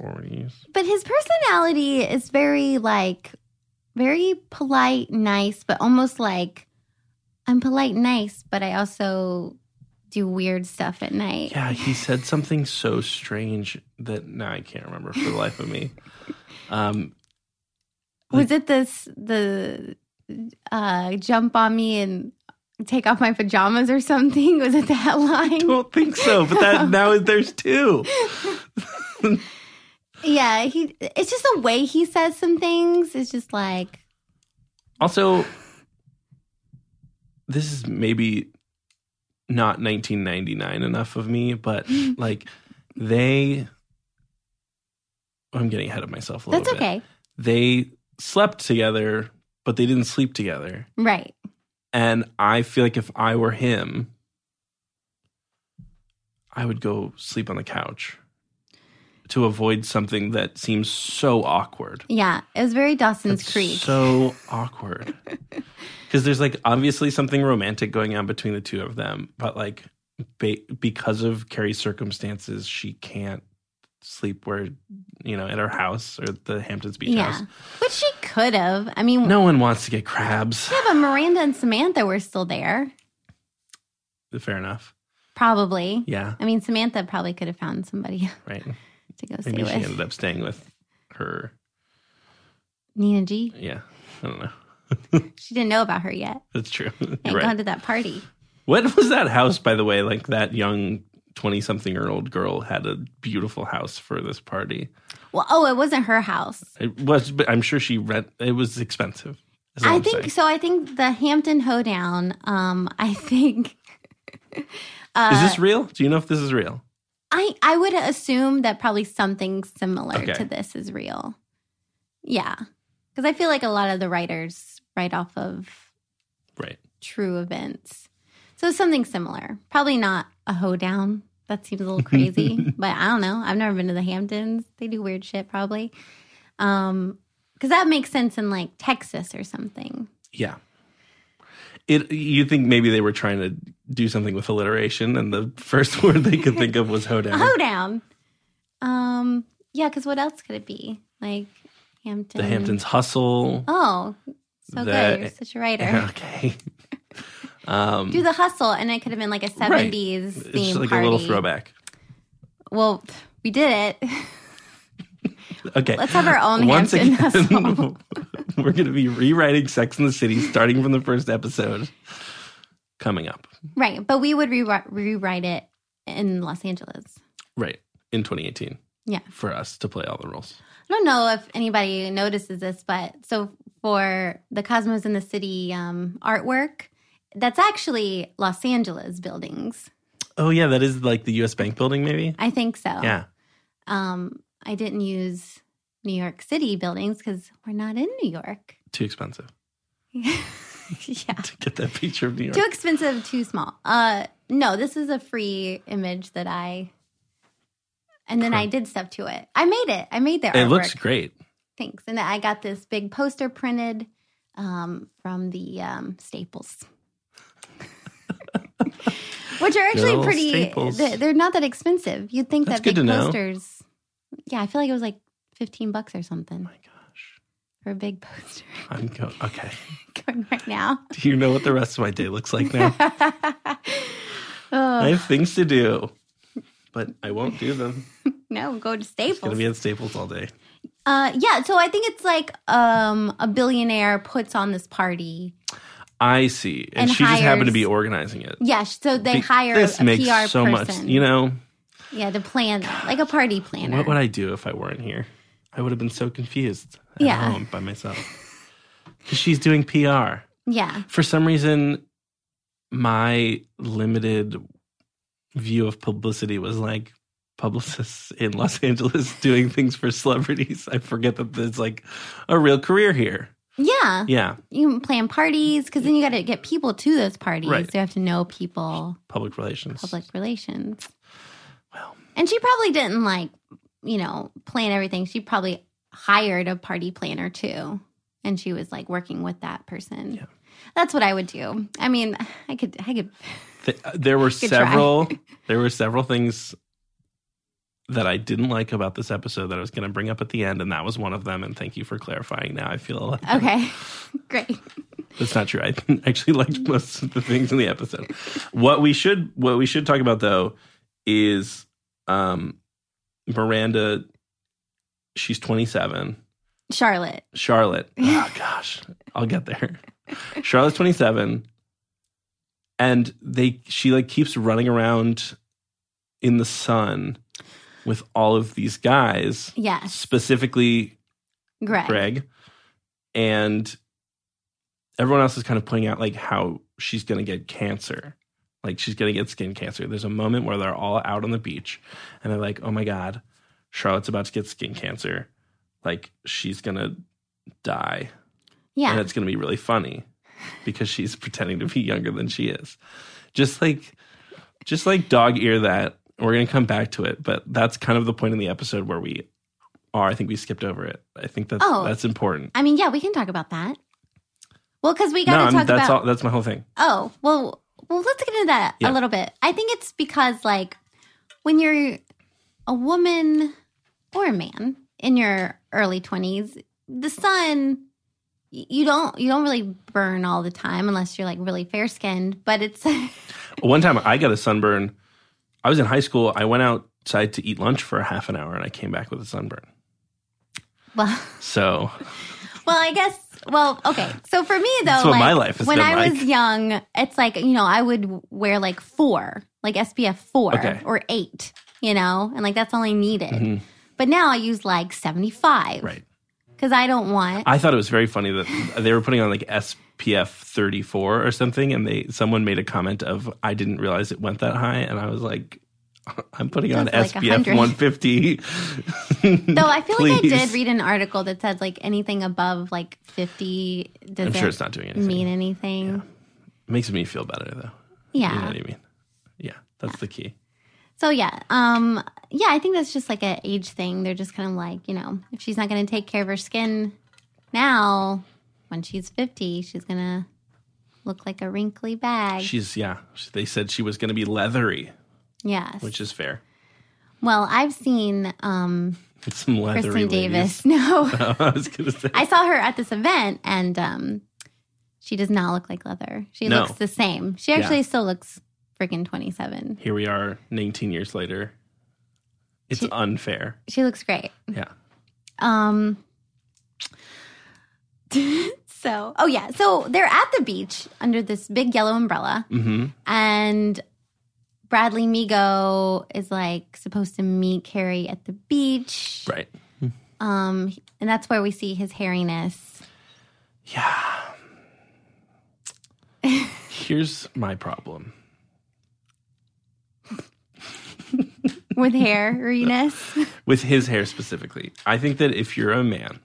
S3: 40s.
S2: But his personality is very like very polite, nice, but almost like I'm polite, nice, but I also do weird stuff at night.
S3: Yeah, he said something so strange that now I can't remember for the life of me. Um
S2: Was it this the uh jump on me and take off my pajamas or something? Was it that
S3: I
S2: line?
S3: don't think so, but that now there's two.
S2: Yeah, he it's just the way he says some things. It's just like
S3: Also, this is maybe not 1999 enough of me, but like they, I'm getting ahead of myself a little
S2: that's
S3: bit.
S2: okay.
S3: They slept together, but they didn't sleep together.
S2: Right.
S3: And I feel like if I were him, I would go sleep on the couch to avoid something that seems so awkward.
S2: Yeah. It was very Dawson's
S3: That's
S2: Creek.
S3: So awkward. Because there's like obviously something romantic going on between the two of them, but like ba- because of Carrie's circumstances, she can't sleep where you know at her house or at the Hamptons Beach
S2: yeah.
S3: house.
S2: Which she could have. I mean,
S3: No one wants to get crabs.
S2: Yeah, but Miranda and Samantha were still there.
S3: Fair enough.
S2: Probably.
S3: Yeah,
S2: I mean, Samantha probably could have found somebody
S3: right.
S2: to go stay
S3: Maybe
S2: with.
S3: she ended up staying with her.
S2: Nina G.
S3: Yeah, I don't know.
S2: She didn't know about her yet.
S3: That's true. You're
S2: Ain't
S3: right.
S2: gone to that party.
S3: What was that house, by the way? Like that young 20 something year old girl had a beautiful house for this party.
S2: Well, oh, it wasn't her house.
S3: It was, but I'm sure she rent, it was expensive. is all
S2: I
S3: I'm
S2: think
S3: saying.
S2: so. I think the Hampton hoedown. Um, I think. uh,
S3: Is this real? Do you know if this is real?
S2: I I would assume that probably something similar
S3: Okay.
S2: to this is real. Yeah, because I feel like a lot of the writers write off of
S3: Right.
S2: true events, so something similar. Probably not a hoedown. That seems a little crazy, but I don't know. I've never been to the Hamptons. They do weird shit, probably. Um, because that makes sense in like Texas or something.
S3: Yeah. It you think maybe they were trying to do something with alliteration and the first word they could think of was hoedown.
S2: A hoedown. Um, yeah, because what else could it be? Like Hampton.
S3: the Hamptons hustle.
S2: Oh, so
S3: That-
S2: good. You're such a writer.
S3: Okay. Um
S2: Do the hustle, and it could have been like a 70s
S3: it's
S2: theme
S3: just like
S2: party.
S3: a little throwback.
S2: Well, we did it.
S3: Okay.
S2: Let's have our own Hampton hustle.
S3: we're going to be rewriting Sex in the City starting from the first episode coming up.
S2: right, but we would re- rewrite it in Los Angeles.
S3: Right. In 2018
S2: Yeah.
S3: for us to play all the roles.
S2: I don't know if anybody notices this, but so for the Cosmos in the City um, artwork, that's actually Los Angeles buildings.
S3: Oh yeah, that is like the US Bank building maybe?
S2: I think so.
S3: Yeah.
S2: Um, I didn't use New York City buildings because we're not in New York.
S3: Too expensive
S2: yeah.
S3: to get that picture of New York.
S2: Too expensive, too small. Uh no, this is a free image that I and then I did stuff to it. I made it. I made the
S3: It
S2: artwork.
S3: looks great.
S2: Thanks. And I got this big poster printed um, from the um, Staples. Which are actually
S3: old
S2: pretty
S3: Staples.
S2: they- they're not that expensive. You'd think
S3: That's
S2: that big
S3: good to know.
S2: posters Yeah, I feel like it was like 15 bucks or something
S3: my gosh.
S2: for a big poster
S3: I'm go- okay.
S2: going right now.
S3: Do you know what the rest of my day looks like now? I
S2: oh,
S3: have things to do, but I won't do them.
S2: no, go to
S3: It's going
S2: Staples.
S3: to be at Staples all day.
S2: uh, yeah, so I think it's like um, a billionaire puts on this party.
S3: I see. And,
S2: And
S3: she just happened to
S2: hires-
S3: be organizing it.
S2: Yeah, sh- so they
S3: Be-
S2: hire
S3: this
S2: a
S3: makes
S2: PR
S3: so
S2: person.
S3: much. You know,
S2: yeah, to plan that, like a party planner.
S3: what would I do if I weren't here? I would have been so confused at
S2: Yeah.
S3: home by myself. 'Cause she's doing PR.
S2: yeah,
S3: For some reason, my limited view of publicity was like publicists in Los Angeles doing things for celebrities. I forget that there's like a real career here.
S2: yeah,
S3: Yeah,
S2: You can plan parties because then you got to get people to those parties.
S3: Right.
S2: So you have to know people,
S3: public relations.
S2: public relations.
S3: Well.
S2: and she probably didn't like you know plan everything. She probably hired a party planner too, and she was like working with that person.
S3: Yeah.
S2: That's what I would do. I mean, I could, I could.
S3: Th- there were
S2: Good try.
S3: several. there were several things that I didn't like about this episode that I was going to bring up at the end, and that was one of them. And thank you for clarifying. Now I feel like
S2: Okay, great.
S3: That's not true. I actually liked most of the things in the episode. What we should what we should talk about though is um Miranda she's 27.
S2: Charlotte.
S3: Charlotte. Oh gosh. I'll get there. Charlotte's 27 and they she like keeps running around in the sun with all of these guys,
S2: Yes,
S3: specifically
S2: Greg.
S3: Greg. And everyone else is kind of pointing out like how she's going to get cancer. Like she's going to get skin cancer. There's a moment where they're all out on the beach and they're like, "Oh my god, Charlotte's about to get skin cancer. Like she's going to die." And
S2: Yeah,
S3: it's going to be really funny because she's pretending to be younger than she is. Just like just like dog ear that. We're going to come back to it, but that's kind of the point in the episode where we are. I think we skipped over it. I think that's
S2: Oh.
S3: that's important.
S2: I mean, yeah, we can talk about that. Well, because we
S3: No,
S2: got to
S3: I'm-
S2: talk
S3: that's
S2: about.
S3: all. That's my whole thing.
S2: Oh, well, well, let's get into that a
S3: Yeah.
S2: little bit. I think it's because, like, when you're a woman or a man in your early 20s, the sun y- you don't you don't really burn all the time unless you're like really fair skinned, but it's
S3: One time I got a sunburn. I was in high school. I went outside to eat lunch for a half an hour, and I came back with a sunburn.
S2: well
S3: So
S2: Well, I guess. Well, okay. So for me though,
S3: That's what
S2: like,
S3: my life has
S2: when
S3: been
S2: I was
S3: like.
S2: young, it's like you know I would wear like four, like SPF four
S3: Okay. Mm-hmm.
S2: or eight, you know, and like that's all I needed. But now I use like seventy five,
S3: Right.
S2: Because I don't want.
S3: I thought it was very funny that they were putting on like SPF 34 or something, and they someone made a comment of I didn't realize it went that high, and I was like, I'm putting on
S2: That's like
S3: SPF
S2: 100.
S3: 150.
S2: Though I feel like I did
S3: Please.
S2: read an article that said like anything above like fifty doesn't
S3: I'm sure it's not doing anything.
S2: mean anything.
S3: Makes me feel better though.
S2: Yeah.
S3: You know what I mean? Yeah, that's the key.
S2: So yeah, um, yeah, I think that's just like an age thing. They're just kind of like, you know, if she's not going to take care of her skin now, when she's fifty, she's gonna look like a wrinkly bag.
S3: She's yeah. she- They said she was going to be leathery,
S2: yes.
S3: which is fair.
S2: well, I've seen um,
S3: Some leathery
S2: Kristen
S3: ladies.
S2: Davis. No,
S3: I was going to say.
S2: I saw her at this event, and um, she does not look like leather. She
S3: No.
S2: looks the same. She actually still looks freaking twenty-seven.
S3: Here we are, 19 years later. It's unfair.
S2: She looks great.
S3: Yeah.
S2: Um. so, oh yeah, so they're at the beach under this big yellow umbrella,
S3: hmm
S2: and Bradley Migo is like supposed to meet Carrie at the beach.
S3: Right.
S2: Um, and that's where we see his hairiness.
S3: Yeah. Here's my problem.
S2: With hairiness.
S3: with his hair specifically. I think that if you're a man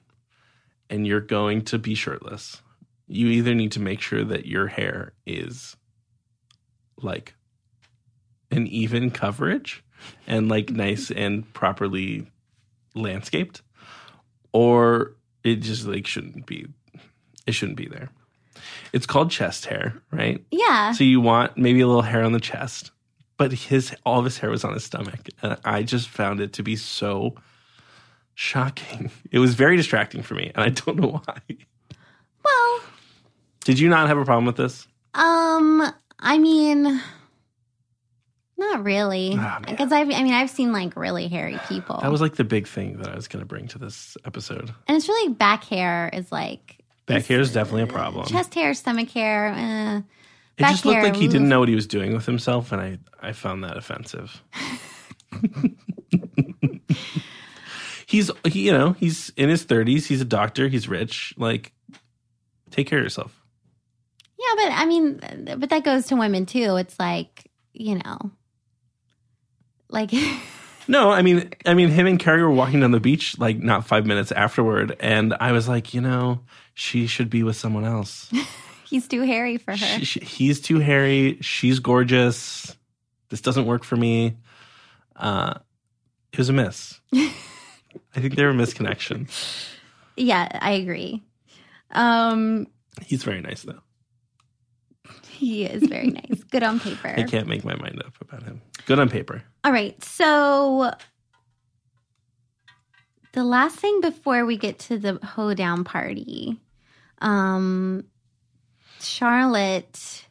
S3: and you're going to be shirtless, you either need to make sure that your hair is like an even coverage and like nice and properly landscaped or it just like shouldn't be it shouldn't be there. It's called chest hair, right?
S2: yeah.
S3: So you want maybe a little hair on the chest, but his all of his hair was on his stomach, and I just found it to be so shocking. It was very distracting for me, and I don't know why.
S2: Well,
S3: Did you not have a problem with this?
S2: Um, I mean, not really,
S3: Ah, man.
S2: because I've, I mean, I've seen like really hairy people,
S3: That was like the big thing that I was going to bring to this episode.
S2: and it's really back hair is like
S3: Back hair is definitely a problem.
S2: chest hair, stomach hair. Uh,
S3: it just
S2: back
S3: looked
S2: hair,
S3: like he
S2: oof.
S3: didn't know what he was doing with himself, and I I found that offensive. he's he, you know he's in his thirties. He's a doctor. He's rich. Like, take care of yourself.
S2: yeah, but I mean, th- but that goes to women too. It's like you know, like
S3: No, I mean, I mean, him and Carrie were walking down the beach like not five minutes afterward, and I was like, you know, she should be with someone else.
S2: he's too hairy for her.
S3: She, she, he's too hairy. She's gorgeous. This doesn't work for me. Uh, it was a miss. I think they were a misconnection.
S2: yeah, I agree. Um,
S3: He's very nice though.
S2: he is very nice, good on paper.
S3: I can't make my mind up about him. Good on paper.
S2: All right. So the last thing before we get to the hoedown party, um, Charlotte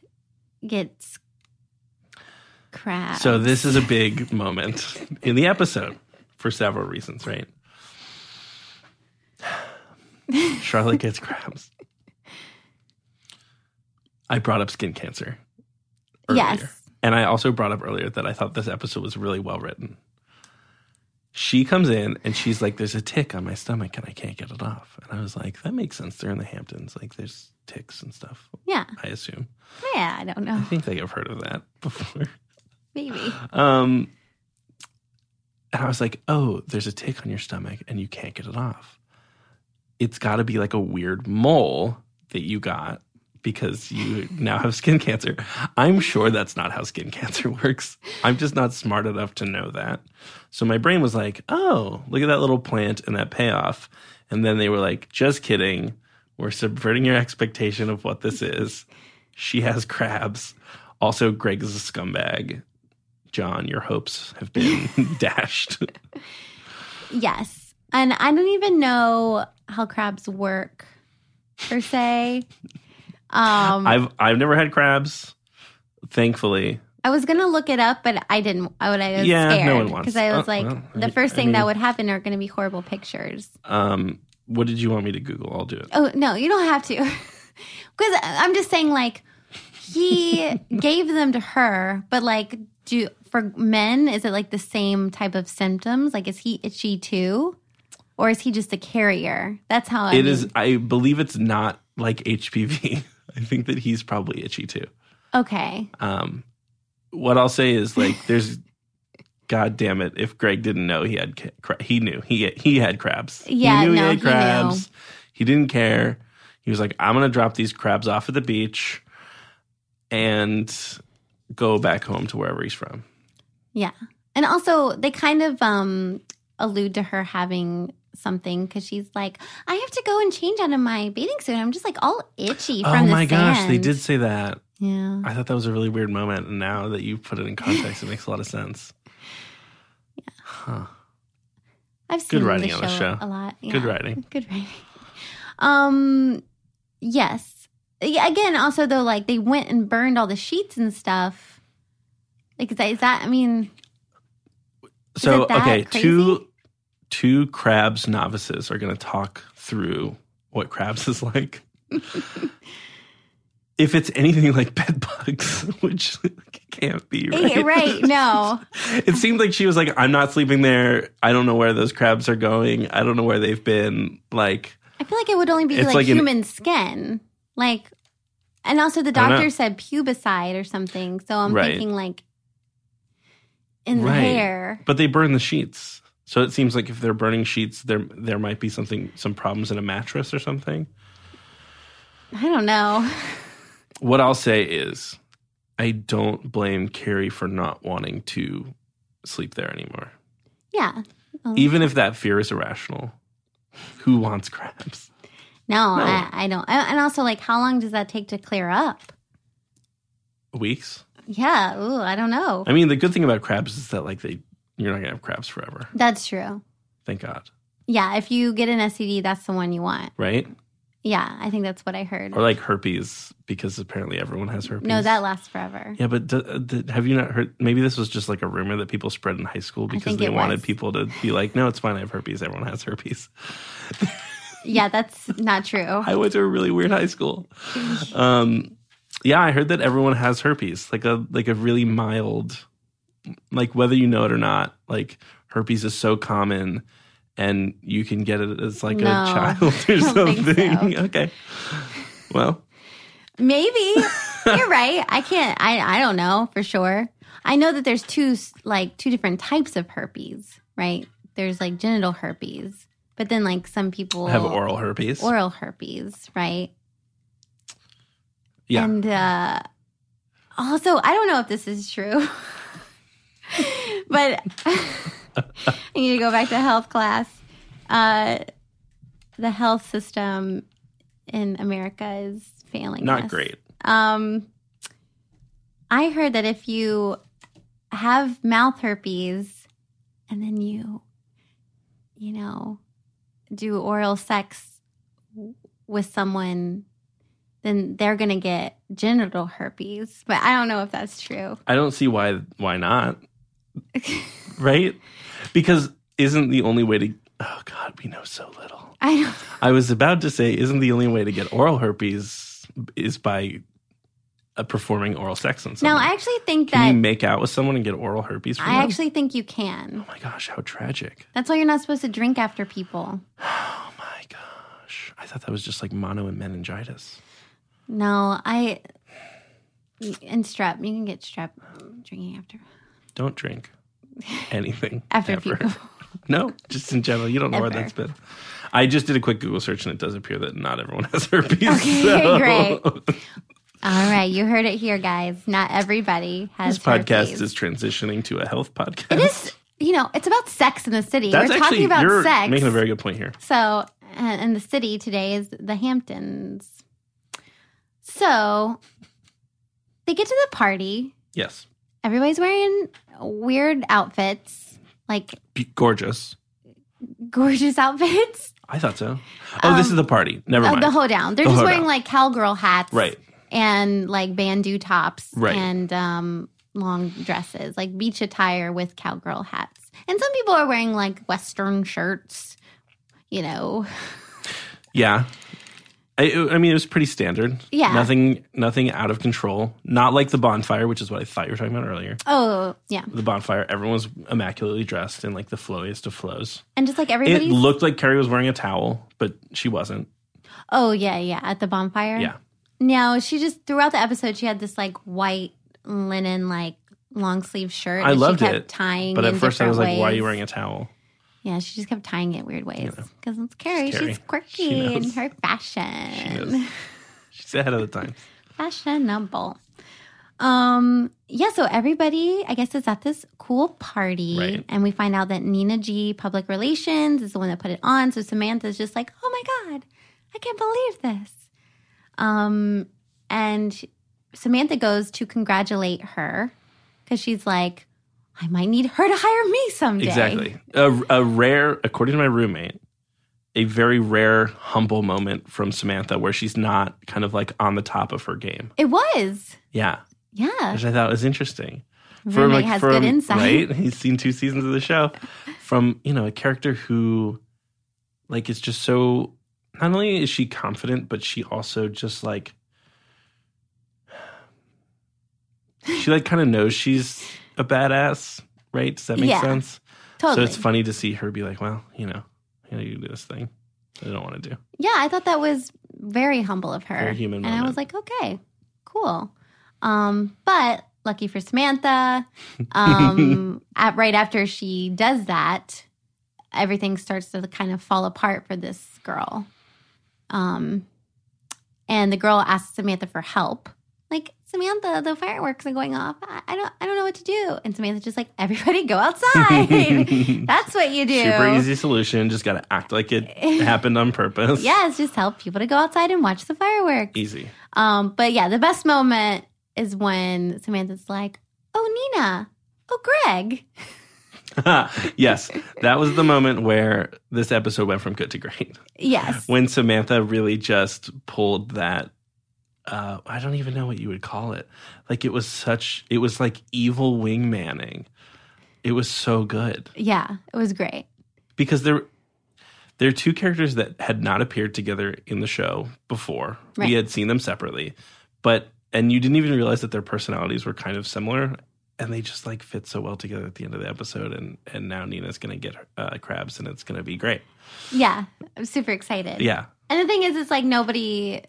S2: gets crabs.
S3: So this is a big moment in the episode for several reasons, right? Charlotte gets crabs. I brought up skin cancer. Earlier.
S2: Yes.
S3: And I also brought up earlier that I thought this episode was really well written. She comes in and she's like, There's a tick on my stomach and I can't get it off. And I was like, That makes sense. They're in the Hamptons. Like, there's ticks and stuff,
S2: yeah,
S3: I assume.
S2: yeah. I don't know.
S3: I think I've heard of that before.
S2: Maybe.
S3: Um, and I was like, oh, there's a tick on your stomach and you can't get it off. It's got to be like a weird mole that you got because you now have skin cancer. I'm sure that's not how skin cancer works. I'm just not smart enough to know that. So my brain was like, oh, look at that little plant and that payoff. And then they were like, just kidding. We're subverting your expectation of what this is. She has crabs. Also, Greg is a scumbag. John, your hopes have been dashed.
S2: Yes. And I don't even know how crabs work per se. Um,
S3: I've I've never had crabs, thankfully.
S2: I was gonna look it up, but I didn't. I would. I was
S3: Yeah, no
S2: scared
S3: one wants-
S2: because I was
S3: Oh,
S2: like,
S3: well,
S2: the
S3: I-
S2: first
S3: I
S2: thing that
S3: mean-
S2: would happen are gonna be horrible pictures.
S3: Um, What did you want me to Google? I'll do it.
S2: Oh, no, you don't have to. Because I'm just saying, like, he gave them to her, but like, do for men, is it like the same type of symptoms? Like, is he itchy too? Or is he just a carrier? That's how I
S3: It
S2: mean.
S3: is. I believe it's not like HPV. I think that he's probably itchy too.
S2: Okay.
S3: Um, what I'll say is like, there's, God damn it! If Greg didn't know he had, ca- cra- he knew he he had crabs.
S2: Yeah,
S3: he knew
S2: no,
S3: he had
S2: he
S3: crabs. He didn't care. He was like, I'm gonna drop these crabs off at the beach, and go back home to wherever he's from.
S2: Yeah. And also, they kind of um, allude to her having something because she's like, I have to go and change out of my bathing suit. I'm just like all itchy from
S3: oh
S2: the
S3: my gosh, they
S2: sand."
S3: did say that.
S2: Yeah.
S3: I thought that was a really weird moment, and now that you put it in context, it makes a lot of sense. Huh.
S2: I've seen
S3: writing
S2: the
S3: on
S2: show,
S3: the show.
S2: a lot. Yeah.
S3: Good writing.
S2: Good writing. Um, yes. Yeah, again, also though, like they went and burned all the sheets and stuff. Like is that? Is that I mean,
S3: So
S2: it that
S3: okay,
S2: crazy?
S3: two two crabs novices are going to talk through what crabs is like. if it's anything like bed bugs, which can't be
S2: eh,
S3: right,
S2: right? No.
S3: it seemed like she was like, "I'm not sleeping there. I don't know where those crabs are going. I don't know where they've been." Like,
S2: I feel like it would only be
S3: It's
S2: like,
S3: like an-
S2: human skin, like, and also the
S3: don't know.
S2: doctor said pubicide or something. So I'm
S3: Right.
S2: thinking like in the
S3: Right.
S2: hair.
S3: but they burn the sheets. So it seems like if they're burning sheets, there there might be something some problems in a mattress or something.
S2: I don't know.
S3: what I'll say is, I don't blame Carrie for not wanting to sleep there anymore.
S2: Yeah. Well,
S3: Even if that fear is irrational, who wants crabs?
S2: no,
S3: No.
S2: I, I don't. I, and also, like, how long does that take to clear up?
S3: Weeks.
S2: Yeah. Ooh, I don't know.
S3: I mean, the good thing about crabs is that like they, you're not gonna have crabs forever.
S2: That's true.
S3: Thank God,
S2: Yeah. If you get an STD, that's the one you want.
S3: right?
S2: Yeah. I think that's what I heard.
S3: Or like herpes, because apparently everyone has herpes.
S2: No, that lasts forever.
S3: Yeah, but d d have you not heard? Maybe this was just like a rumor that people spread in high school because
S2: think
S3: they
S2: it
S3: wanted
S2: was.
S3: people to be like, "No, it's fine. I have herpes. Everyone has herpes."
S2: Yeah, that's not true.
S3: I went to a really weird high school. Um, yeah, I heard that everyone has herpes, like a like a really mild, like whether you know it or not. Like herpes is so common, and you can get it as like
S2: No,
S3: a child or
S2: I don't think
S3: something.
S2: so.
S3: okay, well,
S2: Maybe you're right. I can't. I I don't know for sure. I know that there's two s- like two different types of herpes, right? There's like genital herpes, but then like some people
S3: I have oral herpes.
S2: oral herpes, right?
S3: yeah,
S2: And uh, also, I don't know if this is true, but I need to go back to health class. Uh, the health system in America is failing.
S3: not
S2: us.
S3: great.
S2: Um, I heard that if you have mouth herpes and then you, you know, do oral sex w- with someone, then they're going to get genital herpes. But I don't know if that's true.
S3: I don't see why why not, right? Because isn't the only way to? Oh God, we know so little.
S2: I don't.
S3: I was about to say, isn't the only way to get oral herpes is by uh, performing oral sex on
S2: No,
S3: someone?
S2: I actually think
S3: can you
S2: that
S3: make out with someone and get oral herpes from
S2: I
S3: them?
S2: actually think you can.
S3: oh my gosh, how tragic!
S2: That's why you're not supposed to drink after people.
S3: Oh my gosh, I thought that was just like mono and meningitis.
S2: No, I and strep. You can get strep drinking after
S3: Don't drink anything
S2: after
S3: ever.
S2: people.
S3: No, just in general. You don't know where
S2: Ever.
S3: that's been. I just did a quick Google search and it does appear that not everyone has herpes.
S2: Okay,
S3: so-
S2: great. All right, you heard it here, guys. Not everybody has
S3: This podcast
S2: herpes.
S3: is transitioning to a health podcast.
S2: this. You know, it's about sex in the city.
S3: That's
S2: We're
S3: actually
S2: talking about
S3: you're
S2: sex.
S3: making a very good point here.
S2: so, and and the city today is the Hamptons. So, they get to the party.
S3: Yes.
S2: Everybody's wearing weird outfits, like
S3: Be- gorgeous.
S2: gorgeous outfits.
S3: I thought so. Oh, this is the party. Never
S2: Oh,
S3: mind.
S2: the hoedown. They're
S3: The
S2: just
S3: hoedown.
S2: wearing like cowgirl hats.
S3: right.
S2: and like bandeau tops
S3: Right.
S2: and um, long dresses, like beach attire with cowgirl hats. And some people are wearing like Western shirts, you know.
S3: Yeah. I, I mean, it was pretty standard.
S2: Yeah.
S3: Nothing, nothing out of control. Not like the bonfire, which is what I thought you were talking about earlier.
S2: Oh, yeah.
S3: The bonfire, everyone was immaculately dressed in like the flowiest of flows.
S2: And just like
S3: It
S2: everybody's.
S3: looked like Carrie was wearing a towel, but she wasn't.
S2: oh, yeah, yeah. At the bonfire.
S3: Yeah.
S2: No, she just throughout the episode she had this like white linen like long sleeve shirt.
S3: I
S2: that
S3: loved
S2: she kept
S3: it,
S2: Tying,
S3: But at
S2: in
S3: first, I was like,
S2: different
S3: why are
S2: ways.
S3: you wearing a towel?
S2: Yeah, she just kept tying it weird ways because it's Carrie.
S3: Carrie.
S2: She's quirky
S3: She knows.
S2: in her
S3: She
S2: fashion,
S3: knows. She's ahead of the times.
S2: fashionable. Um, yeah. So everybody, I guess, is at this cool party,
S3: Right.
S2: and we find out that Nina G, public relations, is the one that put it on. So Samantha's just like, oh my god, I can't believe this. Um, and Samantha goes to congratulate her because she's like, I might need her to hire me someday.
S3: Exactly. A, a rare, according to my roommate, a very rare, humble moment from Samantha where she's not kind of like on the top of her game.
S2: It was.
S3: Yeah.
S2: Yeah.
S3: Which I thought was interesting.
S2: Uh, Roommate has good insight.
S3: um, Right? He's seen two seasons of the show. From, you know, a character who like is just so not only is she confident, but she also just like she like kind of knows she's a badass, right? Does that make
S2: Yeah.
S3: sense?
S2: Totally.
S3: So it's funny to see her be like, well, you know, you know, you do this thing that I don't want to do.
S2: Yeah, I thought that was very humble of her.
S3: Very human
S2: And I was
S3: moment.
S2: like, okay, cool. Um, but lucky for Samantha, um, at, right after she does that, everything starts to kind of fall apart for this girl. Um, and the girl asks Samantha for help. Like Samantha, the fireworks are going off. I, I don't, I don't know what to do. And Samantha's just like, everybody go outside. That's what you do.
S3: Super easy solution. Just got to act like it happened on purpose.
S2: Yes, just help people to go outside and watch the fireworks.
S3: Easy.
S2: Um, but yeah, the best moment is when Samantha's like, "Oh, Nina, oh, Greg."
S3: yes. That was the moment where this episode went from good to great.
S2: Yes,
S3: When Samantha really just pulled that uh, I don't even know what you would call it. Like it was such it was like evil wingmanning. It was so good.
S2: yeah, it was great.
S3: because there there are two characters that had not appeared together in the show before.
S2: Right.
S3: We had seen them separately, but and you didn't even realize that their personalities were kind of similar, and they just like fit so well together at the end of the episode. And and now Nina's gonna get uh, crabs, and it's gonna be great.
S2: Yeah, I'm super excited.
S3: Yeah,
S2: and the thing is, it's like nobody,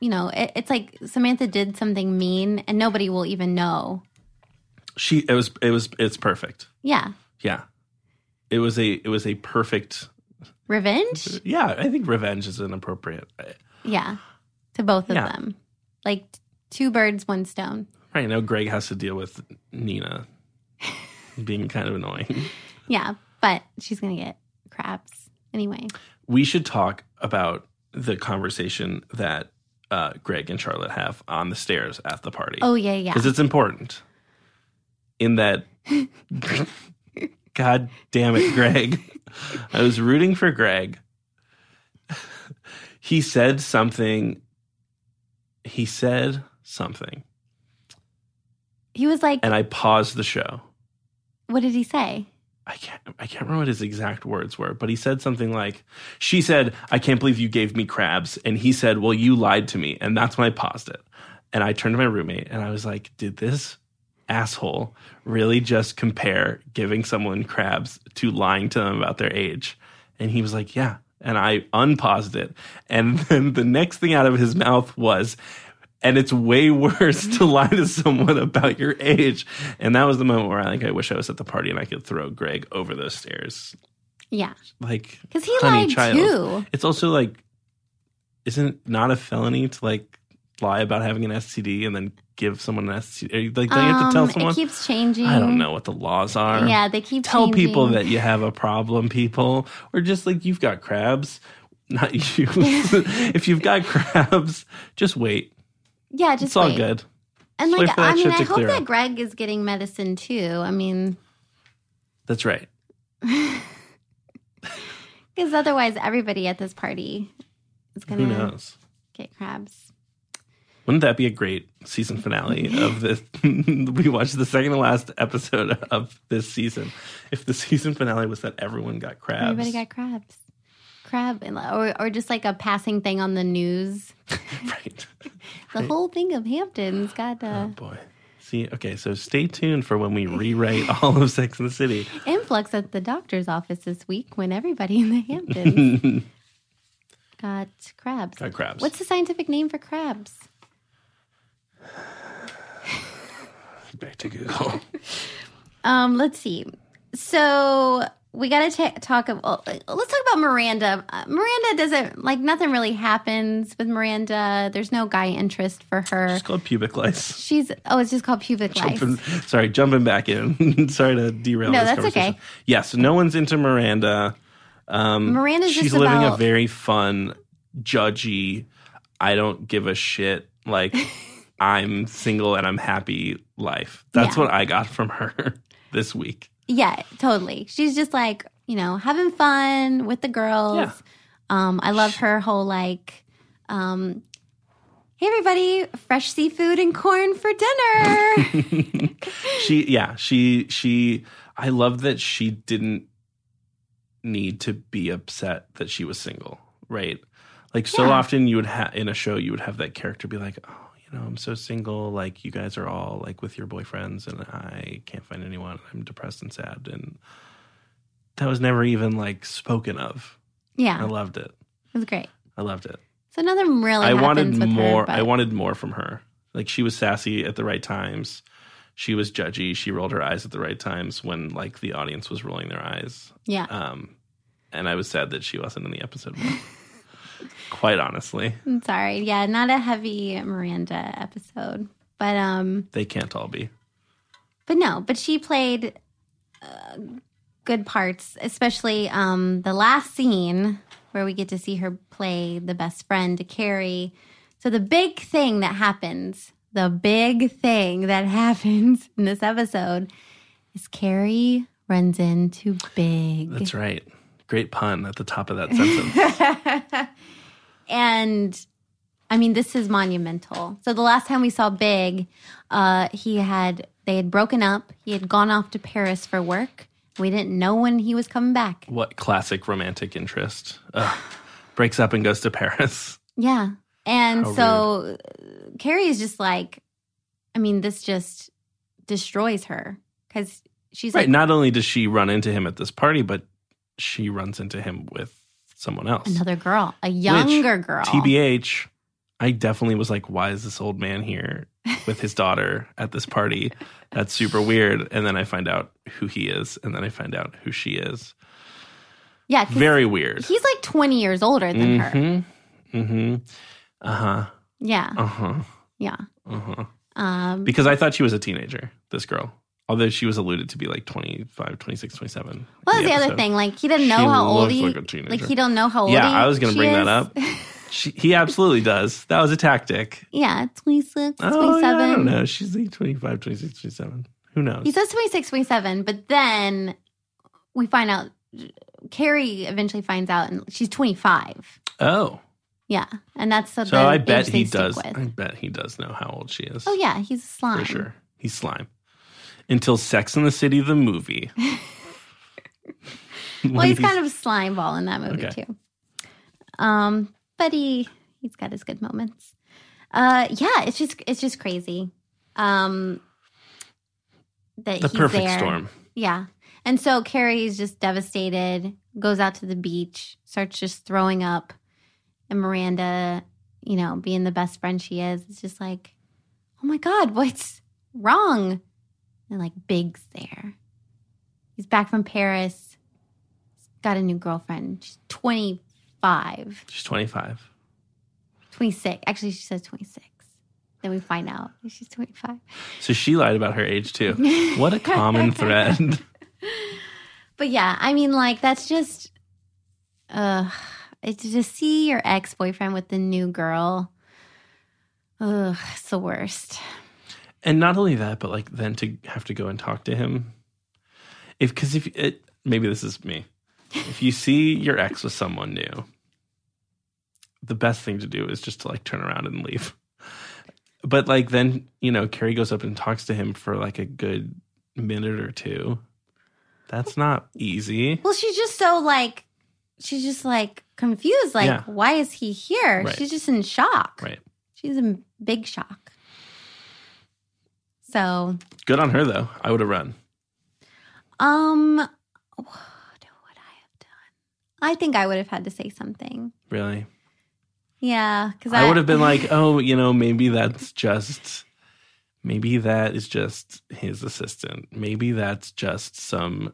S2: you know, it, it's like Samantha did something mean, and nobody will even know.
S3: she it was it was it's perfect.
S2: Yeah,
S3: Yeah, it was a it was a perfect.
S2: revenge.
S3: Yeah, I think revenge is inappropriate.
S2: Yeah, to both of
S3: Yeah.
S2: them, like two birds, one stone.
S3: Right now, Greg has to deal with Nina being kind of annoying.
S2: Yeah, but she's gonna get crabs anyway.
S3: we should talk about the conversation that uh, Greg and Charlotte have on the stairs at the party.
S2: Oh yeah, yeah.
S3: Because it's important in that. God damn it, Greg. I was rooting for Greg. he said something. He said something.
S2: He was like,
S3: And I paused the show.
S2: "What did he say?"
S3: I can't I can't remember what his exact words were, but he said something like, She said, I can't believe you gave me crabs. And he said, Well, you lied to me. And that's when I paused it. And I turned to my roommate and I was like, Did this asshole really just compare giving someone crabs to lying to them about their age? And he was like, Yeah. And I unpaused it. And then the next thing out of his mouth was, and it's way worse to lie to someone about your age. And that was the moment where I like I wish I was at the party and I could throw Greg over those stairs.
S2: Yeah,
S3: Like
S2: because he
S3: honey
S2: lied
S3: child.
S2: too.
S3: It's also like isn't it not a felony to like lie about having an STD and then give someone an STD? Are you- Like do you have to tell
S2: Um,
S3: someone?
S2: It keeps changing.
S3: I don't know what the laws are.
S2: Yeah, they keep
S3: Tell people
S2: changing.
S3: that you have a problem, people, or just like you've got crabs. Not you. if you've got crabs, just wait.
S2: Yeah, just
S3: It's all
S2: wait.
S3: good.
S2: And
S3: Just wait
S2: like,
S3: for that
S2: I mean,
S3: shit
S2: I
S3: to
S2: hope
S3: clear
S2: that
S3: up.
S2: Greg is getting medicine too. I mean,
S3: That's right.
S2: because otherwise, everybody at this party is
S3: Who
S2: gonna
S3: knows?
S2: get crabs.
S3: Wouldn't that be a great season finale of this? we watched the second to last episode of this season. If the season finale was that everyone got crabs,
S2: Everybody got crabs. crab, and- or or just like a passing thing on the news.
S3: right.
S2: The whole thing of Hamptons got
S3: Oh
S2: uh,
S3: boy. See, okay, so stay tuned for when we rewrite all of Sex and the City.
S2: influx at the doctor's office this week when everybody in the Hamptons got crabs.
S3: Got uh, crabs.
S2: What's the scientific name for crabs?
S3: Back to Google.
S2: Um, let's see. So we got to ta- talk about. Let's talk about Miranda. Uh, Miranda doesn't like nothing really happens with Miranda. There's no guy interest for her.
S3: It's called pubic lice.
S2: She's oh, it's just called pubic lice.
S3: Jumping, sorry, jumping back in. sorry to derail.
S2: No,
S3: this
S2: that's
S3: conversation.
S2: okay.
S3: Yeah, so no one's into Miranda. Um,
S2: Miranda's
S3: She's
S2: just
S3: living
S2: about
S3: a very fun, judgy, I don't give a shit, like I'm single and I'm happy life. That's
S2: Yeah.
S3: what I got from her this week.
S2: yeah, totally. She's just like you know having fun with the girls.
S3: Yeah.
S2: Um, I love her whole like. Um, Hey everybody! Fresh seafood and corn for dinner.
S3: She yeah, she she I love that she didn't need to be upset that she was single, right? Like so
S2: Yeah.
S3: often you would have in a show you would have that character be like, "Oh, you know, I'm so single, like you guys are all like with your boyfriends and I can't find anyone. I'm depressed and sad." And that was never even like spoken of. I
S2: yeah,
S3: loved it.
S2: it was great.
S3: I loved it.
S2: So nothing really.
S3: I
S2: happens
S3: wanted
S2: with
S3: more.
S2: Her,
S3: I
S2: but-
S3: wanted more from her. Like she was sassy at the right times. She was judgy. She rolled her eyes at the right times when like the audience was rolling their eyes.
S2: Yeah.
S3: Um, and I was sad that she wasn't in the episode. More. Quite honestly,
S2: I'm sorry. Yeah, not a heavy Miranda episode. But um
S3: they can't all be.
S2: but no, but she played uh, good parts, especially um the last scene where we get to see her play the best friend to Carrie. So the big thing that happens, the big thing that happens in this episode is Carrie runs into Big.
S3: That's right. Great pun at the top of that sentence.
S2: and I mean, this is monumental. So the last time we saw Big, uh, he had they had broken up. He had gone off to Paris for work. We didn't know when he was coming back.
S3: what classic romantic interest Ugh. breaks up and goes to Paris?
S2: Yeah, and
S3: How
S2: so uh, Carrie is just like, I mean, this just destroys her because she's
S3: Right.
S2: like,
S3: Not only does she run into him at this party, but she runs into him with someone else.
S2: another girl, a younger girl.
S3: TBH, I definitely was like, why is this old man here with his daughter at this party? That's super weird. And then I find out who he is, and then I find out who she is.
S2: yeah, 'cause
S3: Very weird.
S2: he's like twenty years older than her.
S3: Mm-hmm. Mm-hmm. Uh-huh.
S2: Yeah,
S3: Uh-huh.
S2: yeah.
S3: Uh-huh.
S2: Um,
S3: Because I thought she was a teenager, this girl. Although she was alluded to be like 25, 26, 27. in
S2: Well, that's the other
S3: episode.
S2: thing. Like he didn't know
S3: She
S2: how old
S3: looks
S2: he
S3: like a teenager.
S2: like he don't know how old.
S3: Yeah,
S2: he,
S3: I was going to
S2: she
S3: bring that
S2: is.
S3: up. She, he absolutely does. That was a tactic.
S2: Yeah, 26, 27.
S3: Oh, yeah, I don't know. She's like 25, 26, 27. Who knows?
S2: He says 26, 27, but then we find out Carrie eventually finds out and she's 25.
S3: oh.
S2: Yeah, and that's the
S3: So
S2: the
S3: I
S2: age
S3: bet
S2: they
S3: he
S2: stick
S3: does.
S2: with.
S3: I bet he does know how old she is.
S2: Oh yeah, he's a slime.
S3: for sure. He's slime. Until Sex in the City, the movie.
S2: Well, he's kind of a slime ball in that movie
S3: Okay.
S2: too. Um, but he he's got his good moments. Uh, yeah, it's just it's just crazy. Um, that
S3: the
S2: he's
S3: perfect
S2: there.
S3: storm.
S2: Yeah. And so Carrie is just devastated, goes out to the beach, starts just throwing up. And Miranda, you know, being the best friend she is, is just like, oh my God, what's wrong? And like, Big's there. He's back from Paris. He's got a new girlfriend. She's 25,
S3: She's 25.
S2: 26. Actually, she says 26. Then we find out she's 25.
S3: So she lied about her age too. What a common thread.
S2: But yeah, I mean, like that's just, uh, it's to just see your ex boyfriend with the new girl. Ugh, it's the worst.
S3: And not only that, but like then to have to go and talk to him. If because if it maybe this is me. If you see your ex with someone new, the best thing to do is just to like turn around and leave. But like then, you know, Carrie goes up and talks to him for like a good minute or two. That's not easy.
S2: Well, she's just so like she's just like confused, like,
S3: Yeah.
S2: why is he here?
S3: Right.
S2: She's just in shock.
S3: Right.
S2: She's in big shock. So,
S3: Good on her though. I would have run.
S2: um, what would I have done? I think I would have had to say something.
S3: Really.
S2: Yeah, because
S3: I would have been like, oh, you know, maybe that's just, maybe that is just his assistant. Maybe that's just some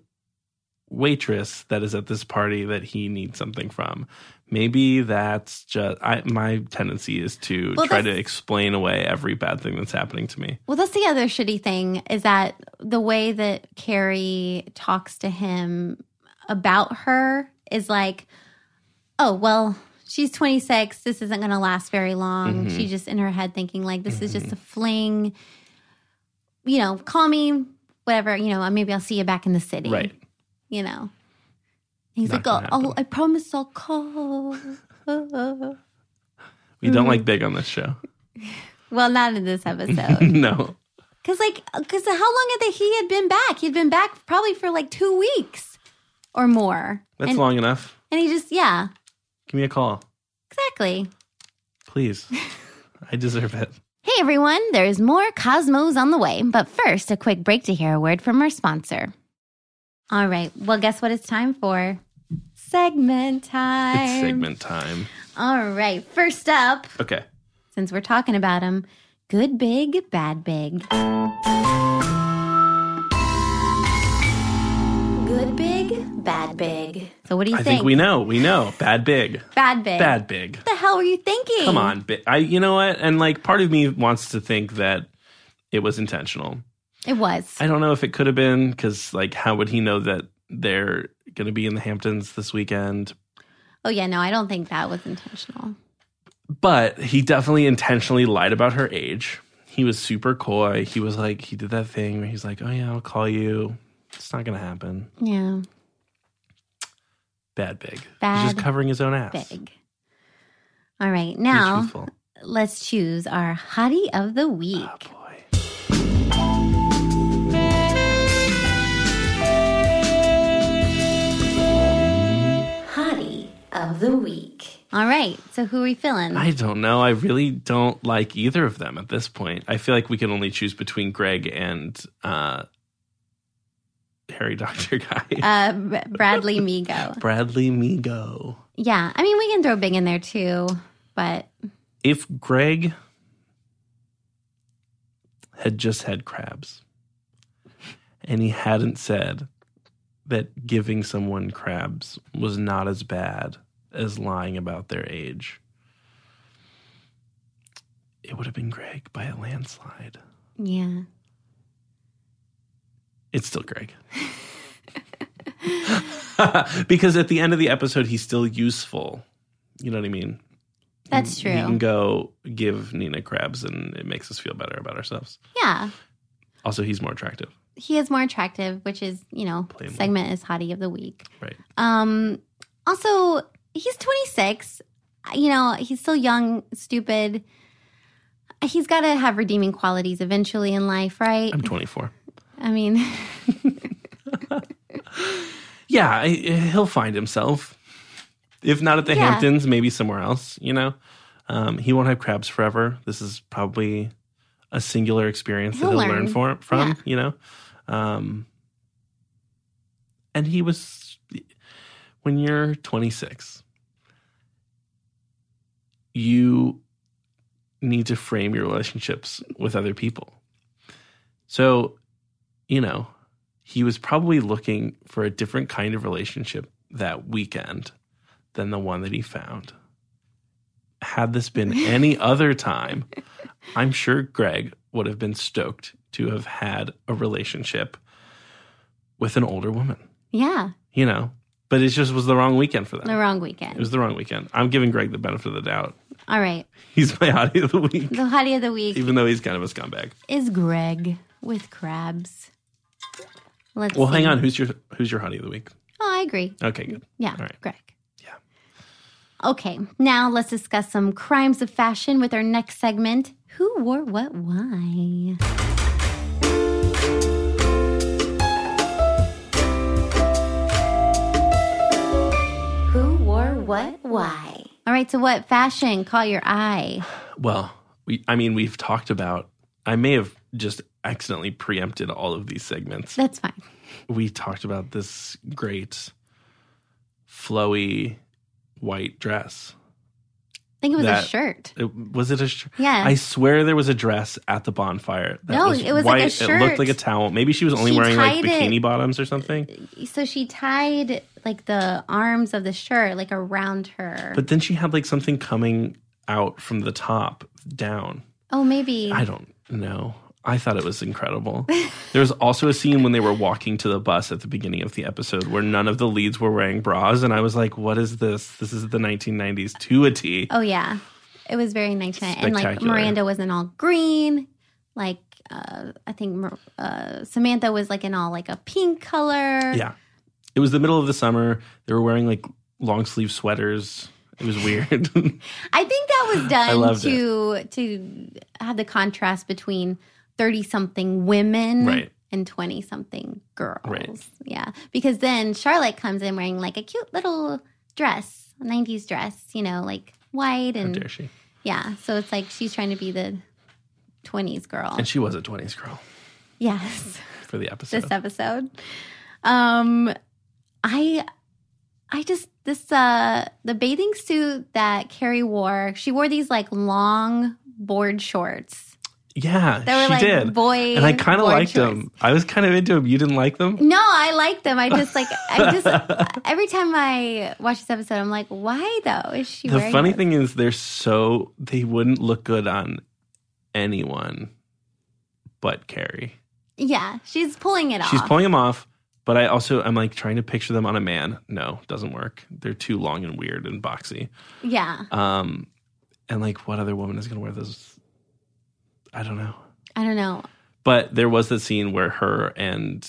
S3: waitress that is at this party that he needs something from. Maybe that's just, I, my tendency is to
S2: Well,
S3: try to
S2: that's-
S3: explain away every bad thing that's happening to me.
S2: Well, that's the other shitty thing is that the way that Carrie talks to him about her is like, oh, well, she's 26. This isn't going to last very long.
S3: Mm-hmm.
S2: She just in her head thinking, like, this is just a fling. You know, call me, whatever. You know, maybe I'll see you back in the city.
S3: Right.
S2: You know, he's
S3: Not
S2: like,
S3: gonna
S2: oh,
S3: happen.
S2: I promise I'll call. well,
S3: We
S2: Mm-hmm.
S3: don't like big on this show.
S2: not in this episode.
S3: no.
S2: Cause like, cause how long had they, he had been back? He'd been back probably for like two weeks or more.
S3: That's
S2: and,
S3: long enough.
S2: And he just, yeah,
S3: Give me a call,
S2: exactly.
S3: please. I deserve it.
S2: Hey everyone, there's more Cosmos on the way, but first, a quick break to hear a word from our sponsor. All right, well, guess what? It's time for segment time.
S3: It's segment time.
S2: All right, first up,
S3: Okay.
S2: since we're talking about him, good big, bad big. Good big, bad big. So what do you
S3: I
S2: think?
S3: think we know. We know. Bad big.
S2: bad big.
S3: Bad big.
S2: What the hell were you thinking?
S3: Come on, bi- I. You know what? And like, part of me wants to think that it was intentional.
S2: It was.
S3: I don't know if it could have been because, like, how would he know that they're going to be in the Hamptons this weekend?
S2: oh yeah, no, I don't think that was intentional.
S3: But he definitely intentionally lied about her age. He was super coy. He was like, he did that thing where he's like, "Oh yeah, I'll call you." It's not going to happen.
S2: Yeah,
S3: Bad big.
S2: Bad
S3: he's just covering his own ass. Be
S2: big. All right, now
S3: truthful.
S2: let's choose our hottie of the week.
S3: Oh, boy.
S2: Hottie of the week. All right, so who are we feeling?
S3: I don't know. I really don't like either of them at this point. I feel like we can only choose between Greg and uh, Harry Doctor Guy.
S2: uh, Br- Bradley Migo.
S3: Bradley Migo.
S2: Yeah, I mean, we can throw Big in there too, but
S3: If Greg had just had crabs and he hadn't said that giving someone crabs was not as bad as lying about their age, it would have been Greg by a landslide.
S2: yeah.
S3: It's still Greg. because at the end of the episode, he's still useful. You know what I mean?
S2: That's
S3: He can
S2: true.
S3: go give Nina crabs and it makes us feel better about ourselves.
S2: Yeah.
S3: Also, he's more attractive.
S2: He is more attractive, which is, you know,
S3: Plainly.
S2: segment is hottie of the week.
S3: Right.
S2: Um also, he's 26. You know, he's still young, stupid. He's got to have redeeming qualities eventually in life, right?
S3: I'm 24.
S2: I mean,
S3: Yeah, I, he'll find himself. If not at the
S2: Yeah.
S3: Hamptons, maybe somewhere else, you know? Um, he won't have crabs forever. This is probably a singular experience
S2: He'll
S3: that he'll learn,
S2: learn.
S3: for, from,
S2: Yeah.
S3: you know? Um, and he was, when you're 26, you need to frame your relationships with other people. So, you know, he was probably looking for a different kind of relationship that weekend than the one that he found. Had this been any other time, I'm sure Greg would have been stoked to have had a relationship with an older woman,
S2: yeah,
S3: you know? But it just was the wrong weekend for
S2: the
S3: them.
S2: wrong
S3: Uh, It
S2: weekend.
S3: was the wrong weekend. I'm giving Greg the benefit of the doubt.
S2: All right.
S3: He's my hottie of the week,
S2: The hottie of the week
S3: even though he's kind of a scumbag.
S2: is Greg with crabs. Let's
S3: Well, hang
S2: see.
S3: on. Who's your who's your hottie of the week?
S2: Oh, I agree.
S3: Okay, good.
S2: Yeah,
S3: All right.
S2: Greg.
S3: Yeah.
S2: Okay, now let's discuss some crimes of fashion with our next segment Who Wore What Why? Who
S4: why.
S2: All right, so what fashion caught your eye?
S3: Well, we, I mean, we've talked about, I may have just accidentally preempted all of these segments.
S2: That's fine.
S3: We talked about this great, flowy white dress.
S2: I think it was a
S3: That-
S2: shirt.
S3: It, was it a shirt?
S2: Yeah.
S3: I swear there was a dress at the bonfire. That
S2: No,
S3: was
S2: it was like a
S3: white. It
S2: shirt.
S3: looked like a towel. Maybe she was only
S2: She
S3: wearing like
S2: tied it-
S3: bikini bottoms or something.
S2: So she tied like the arms of the shirt like around her.
S3: But then she had like something coming out from the top down.
S2: oh, maybe.
S3: I don't know. I thought it was incredible. there was also a scene when they were walking to the bus at the beginning of the episode where none of the leads were wearing bras. And I was like, what is this? This is the 1990s to a T.
S2: Oh yeah, it was very nice. And like
S3: Spectacular.
S2: Miranda was in all green. Like uh, I think Mir- uh, Samantha was like in all like a pink color.
S3: Yeah. It was the middle of the summer. They were wearing like long sleeve sweaters. It was weird.
S2: I think that was done
S3: loved
S2: to to have the contrast between thirty something women
S3: Right.
S2: and twenty something girls.
S3: Right.
S2: Yeah, because then Charlotte comes in wearing like a cute little dress, nineties dress. You know, like white
S3: How
S2: and
S3: dare she?
S2: yeah. So it's like she's trying to be the twenties girl.
S3: And she was a 20s girl
S2: yes.
S3: for the episode.
S2: this episode. Um, I, I just this uh the bathing suit that Carrie wore. She wore these like long board shorts.
S3: yeah,
S2: They were
S3: she
S2: like
S3: did.
S2: boy, Mm,
S3: and I kind of
S2: board
S3: liked
S2: shorts.
S3: them. I was kind of into them. You didn't like them?
S2: No, I like them. I just like I just every time I watch this episode, I'm like, why though? Is she
S3: The
S2: wearing
S3: funny
S2: those?
S3: thing is, they're so they wouldn't look good on anyone but Carrie.
S2: Yeah, she's pulling it
S3: She's
S2: off.
S3: pulling them off, but I also I'm like trying to picture them on a man. No, doesn't work. They're too long and weird and boxy.
S2: yeah,
S3: Um, and like, what other woman is going to wear those? I don't know.
S2: I don't know.
S3: But there was the scene where her and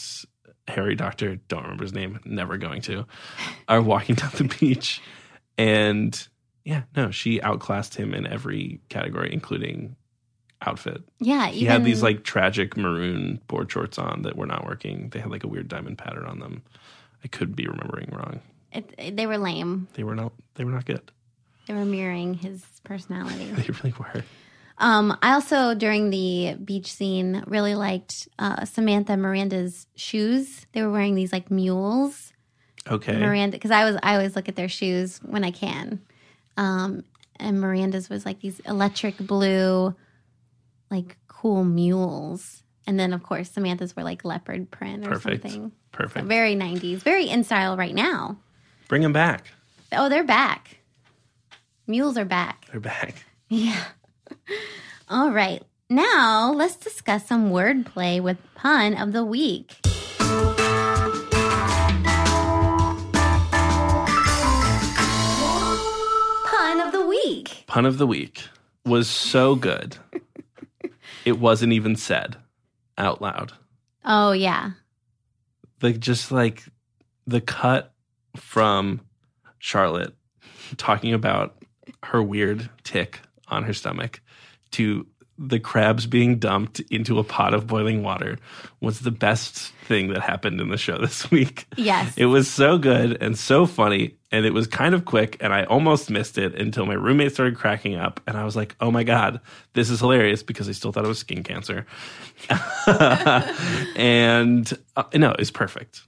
S3: Harry Doctor, don't remember his name, never going to, are walking down the beach. And yeah, no, she outclassed him in every category, including outfit.
S2: Yeah,
S3: He had these like tragic maroon board shorts on that were not working. They had like a weird diamond pattern on them. I could be remembering wrong.
S2: it, it- they were lame.
S3: They were not they were not good.
S2: They were mirroring his personality.
S3: They really were.
S2: Um, I also during the beach scene really liked uh, Samantha and Miranda's shoes. They were wearing these like mules,
S3: Okay.
S2: Miranda, because I was I always look at their shoes when I can. Um, and Miranda's was like these electric blue, like cool mules, and then of course Samantha's were like leopard print or
S3: Perfect.
S2: something.
S3: Perfect.
S2: Very '90s, very in style right now.
S3: Bring them back.
S2: Oh, they're back. Mules are back.
S3: They're back.
S2: Yeah. All right. Now let's discuss some wordplay with pun of the week.
S4: Pun of the week.
S3: pun of the week was so good it wasn't even said out loud
S2: Oh yeah.
S3: like just like the cut from charlotte talking about her weird tick on her stomach to the crabs being dumped into a pot of boiling water was the best thing that happened in the show this week
S2: Yes.
S3: it was so good and so funny, and it was kind of quick, and I almost missed it until my roommate started cracking up, and I was like, "Oh my god, this is hilarious!" Because I still thought it was skin cancer, and uh, no, it's perfect.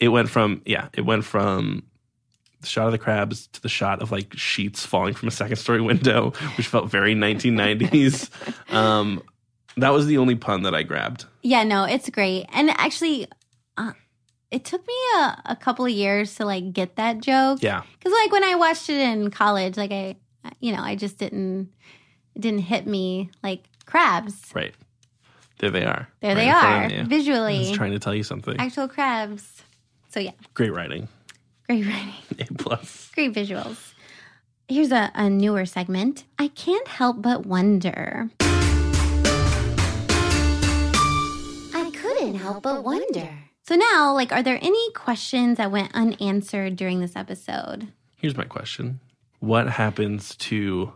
S3: It went from yeah, it went from the shot of the crabs to the shot of like sheets falling from a second story window, which felt very 1990s. um, that was the only pun that I grabbed.
S2: yeah. No, it's great. And actually, uh, it took me a, a couple of years to like get that joke.
S3: Yeah,
S2: Because like when I watched it in college, like I, you know, I just didn't, it didn't hit me like crabs.
S3: right. There they are.
S2: There
S3: Right
S2: they
S3: in front
S2: are
S3: of you. He's
S2: visually,
S3: trying to tell you something.
S2: actual crabs. So yeah,
S3: Great writing.
S2: great writing.
S3: A plus.
S2: Great visuals. Here's a, a newer segment. I can't help but wonder.
S4: I couldn't help but wonder.
S2: So now, like, are there any questions that went unanswered during this episode?
S3: Here's my question. What happens to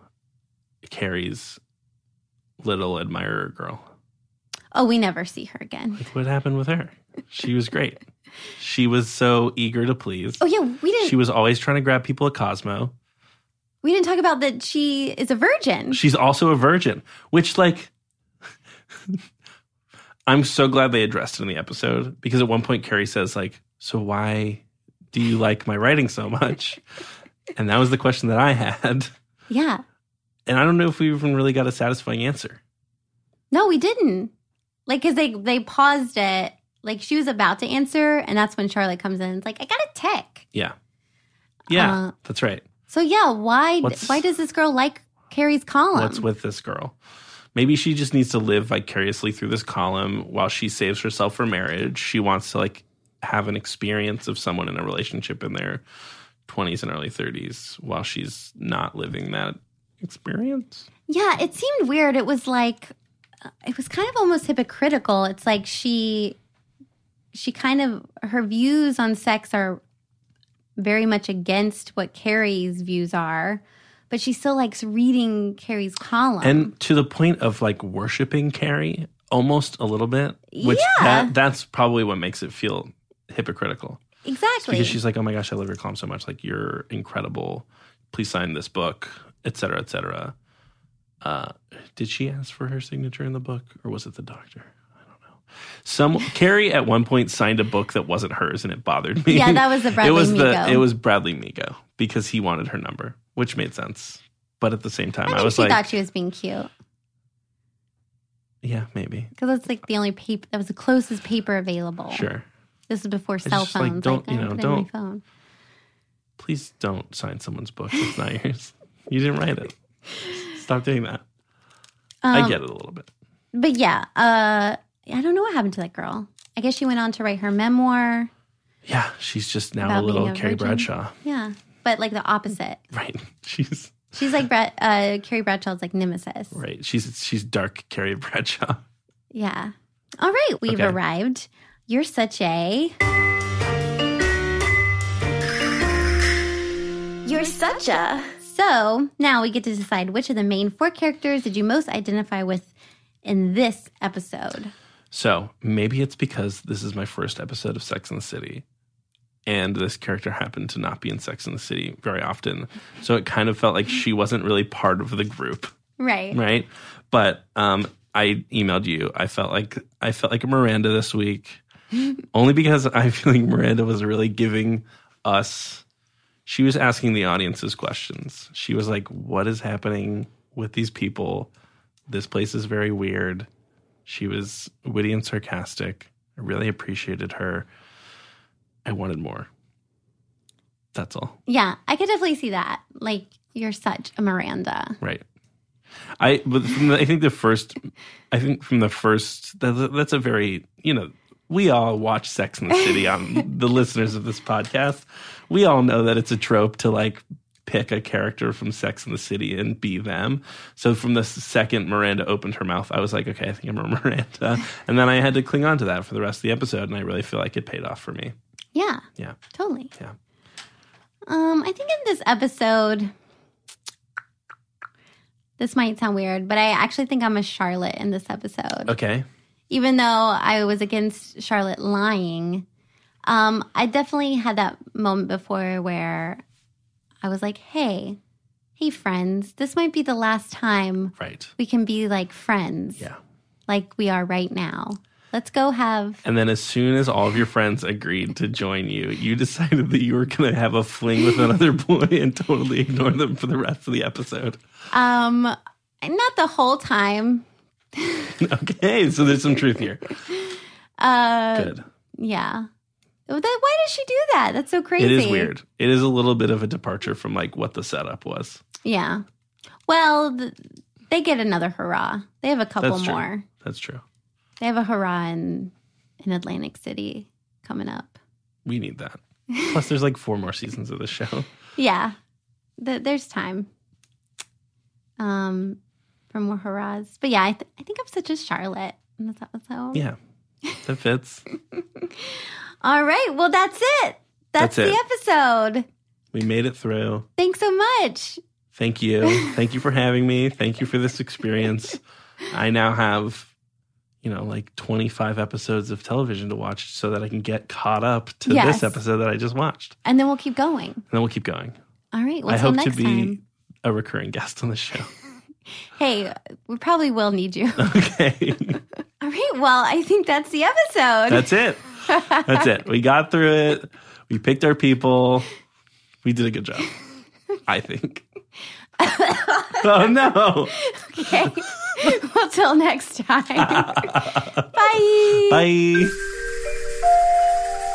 S3: Carrie's little admirer girl?
S2: Oh, we never see her again.
S3: Like what happened with her? She was great. She was so eager to please.
S2: Oh yeah, we didn't
S3: She was always trying to grab people at Cosmo.
S2: we didn't talk about that she is a virgin.
S3: She's also a virgin, which like I'm so glad they addressed it in the episode because at one point Carrie says like, "So why do you like my writing so much?" and that was the question that I had,
S2: yeah.
S3: and I don't know if we even really got a satisfying answer.
S2: No, we didn't. Like cuz they they paused it. Like she was about to answer and that's when Charlotte comes in. It's like, "I got a tick."
S3: Yeah, yeah,
S2: Uh,
S3: that's right.
S2: So yeah, why
S3: What's-
S2: why does this girl like Carrie's column?
S3: What's with this girl? Maybe she just needs to live vicariously through this column while she saves herself for marriage. She wants to like have an experience of someone in a relationship in their 20s and early 30s while she's not living that experience.
S2: Yeah, it seemed weird. It was like uh, it was kind of almost hypocritical. It's like she she kind of her views on sex are very much against what Carrie's views are, but she still likes reading Carrie's column.
S3: And to the point of like worshiping Carrie almost a little bit, which
S2: Yeah.
S3: that, that's probably what makes it feel hypocritical.
S2: exactly.
S3: because she's like, "Oh my gosh, I love your column so much. Like you're incredible. Please sign this book, etc., cetera, etc." Cetera. Uh, did she ask for her signature in the book, or was it the doctor? I don't know. Some Carrie at one point signed a book that wasn't hers, and it bothered me.
S2: Yeah, that was the Bradley
S3: it was
S2: Migo.
S3: the it was Bradley Migo because he wanted her number, which made sense. But at the same time,
S2: I
S3: I,
S2: think
S3: was
S2: she
S3: like,
S2: thought she was being cute
S3: "Yeah, maybe,
S2: because that's like the only paper that was the closest paper available.
S3: sure.
S2: This is before
S3: just
S2: cell
S3: like,
S2: phones.
S3: don't-
S2: I
S3: you
S2: have
S3: know,
S2: it in
S3: don't-
S2: my phone.
S3: Please don't sign someone's book. It's not yours. You didn't write it. Stop doing that. I
S2: Um,
S3: get it a little bit."
S2: But yeah, uh, I don't know what happened to that girl. I guess she went on to write her memoir.
S3: Yeah, she's just now
S2: About
S3: a
S2: being
S3: little
S2: a
S3: Carrie
S2: virgin.
S3: Bradshaw.
S2: Yeah, but like the opposite.
S3: Right. She's
S2: She's like Brad, uh, Carrie Bradshaw's like nemesis.
S3: right. She's she's dark Carrie Bradshaw.
S2: Yeah. All right, we've
S3: Okay.
S2: arrived. You're such a.
S4: You're such a.
S2: So now we get to decide which of the main four characters did you most identify with in this episode.
S3: So maybe it's because this is my first episode of Sex and the City. And this character happened to not be in Sex and the City very often. So it kind of felt like she wasn't really part of the group.
S2: Right.
S3: Right. But um I emailed you. I felt like I felt like a Miranda this week. only because I feel like Miranda was really giving us she was asking the audiences questions. She was like, What is happening with these people? This place is very weird. She was witty and sarcastic. I really appreciated her. I wanted more. That's all.
S2: Yeah, I could definitely see that. Like, you're such a Miranda.
S3: Right. I but from the, I think the first I think from the first that, that's a very you know we all watch Sex in the City on the listeners of this podcast. We all know that it's a trope to like pick a character from Sex in the City and be them. So from the second Miranda opened her mouth, I was like, okay, I think I'm a Miranda, and then I had to cling on to that for the rest of the episode, and I really feel like it paid off for me.
S2: Yeah.
S3: Yeah.
S2: Totally.
S3: Yeah.
S2: Um, I think in this episode, this might sound weird, but I actually think I'm a Charlotte in this episode.
S3: Okay.
S2: Even though I was against Charlotte lying, um, I definitely had that moment before where I was like, hey, hey, friends, this might be the last time
S3: Right.
S2: we can be like friends,
S3: Yeah.
S2: like we are right now. Let's go have
S3: And then, as soon as all of your friends agreed to join you, you decided that you were going to have a fling with another boy and totally ignore them for the rest of the episode.
S2: um not the whole time.
S3: Okay, so there's some truth here.
S2: Uh
S3: Good.
S2: Yeah. Well, that- Why does she do that? That's so crazy.
S3: It is weird. It is a little bit of a departure from like what the setup was.
S2: Yeah. Well, th- they get another hurrah. They have a couple
S3: That's true.
S2: more.
S3: That's true.
S2: They have a hurrah in, in Atlantic City coming up.
S3: We need that. Plus, there's like four more seasons of the show.
S2: Yeah. Th- there's time um, for more hurrahs. But yeah, I, th- I think I'm such a Charlotte. And That's how, that's how.
S3: Yeah, that fits.
S2: All right. Well, that's it. That's,
S3: That's
S2: the episode.
S3: We made it through.
S2: Thanks so much.
S3: Thank you. Thank you for having me. Thank you for this experience. I now have you know, like 25 episodes of television to watch so that I can get caught up to
S2: Yes.
S3: this episode that I just watched.
S2: And then we'll keep going.
S3: And then we'll keep going.
S2: All right. Well,
S3: I
S2: till
S3: hope
S2: next
S3: to be
S2: time.
S3: a recurring guest on the show.
S2: Hey, we probably will need you.
S3: Okay.
S2: All right. Well, I think that's the episode.
S3: That's it. That's it. We got through it. We picked our people. We did a good job, I think. oh, no.
S2: okay. well, till next time. Bye.
S3: Bye.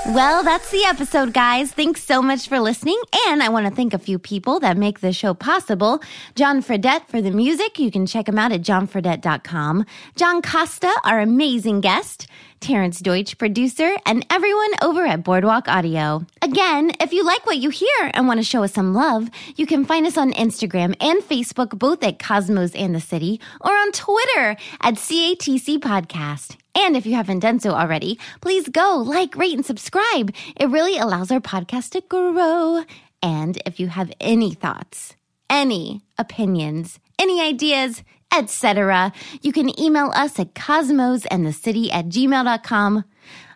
S2: Well, that's the episode, guys. Thanks so much for listening. And I want to thank a few people that make the show possible. John Fredette for the music. You can check him out at johnfredette.com. John Costa, our amazing guest. Terrence Deutsch, producer, and everyone over at Boardwalk Audio. Again, if you like what you hear and want to show us some love, you can find us on Instagram and Facebook, both at Cosmos and the City, or on Twitter at CATC Podcast. And if you haven't done so already, please go like, rate, and subscribe. It really allows our podcast to grow. And if you have any thoughts, any opinions, any ideas, etc., you can email us at cosmosandthecity at gmail.com.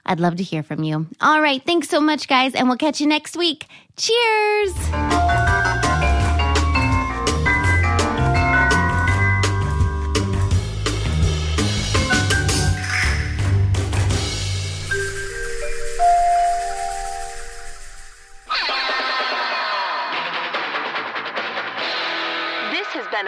S2: I'd love to hear from you. All right. Thanks so much, guys. And we'll catch you next week. Cheers.
S1: This has been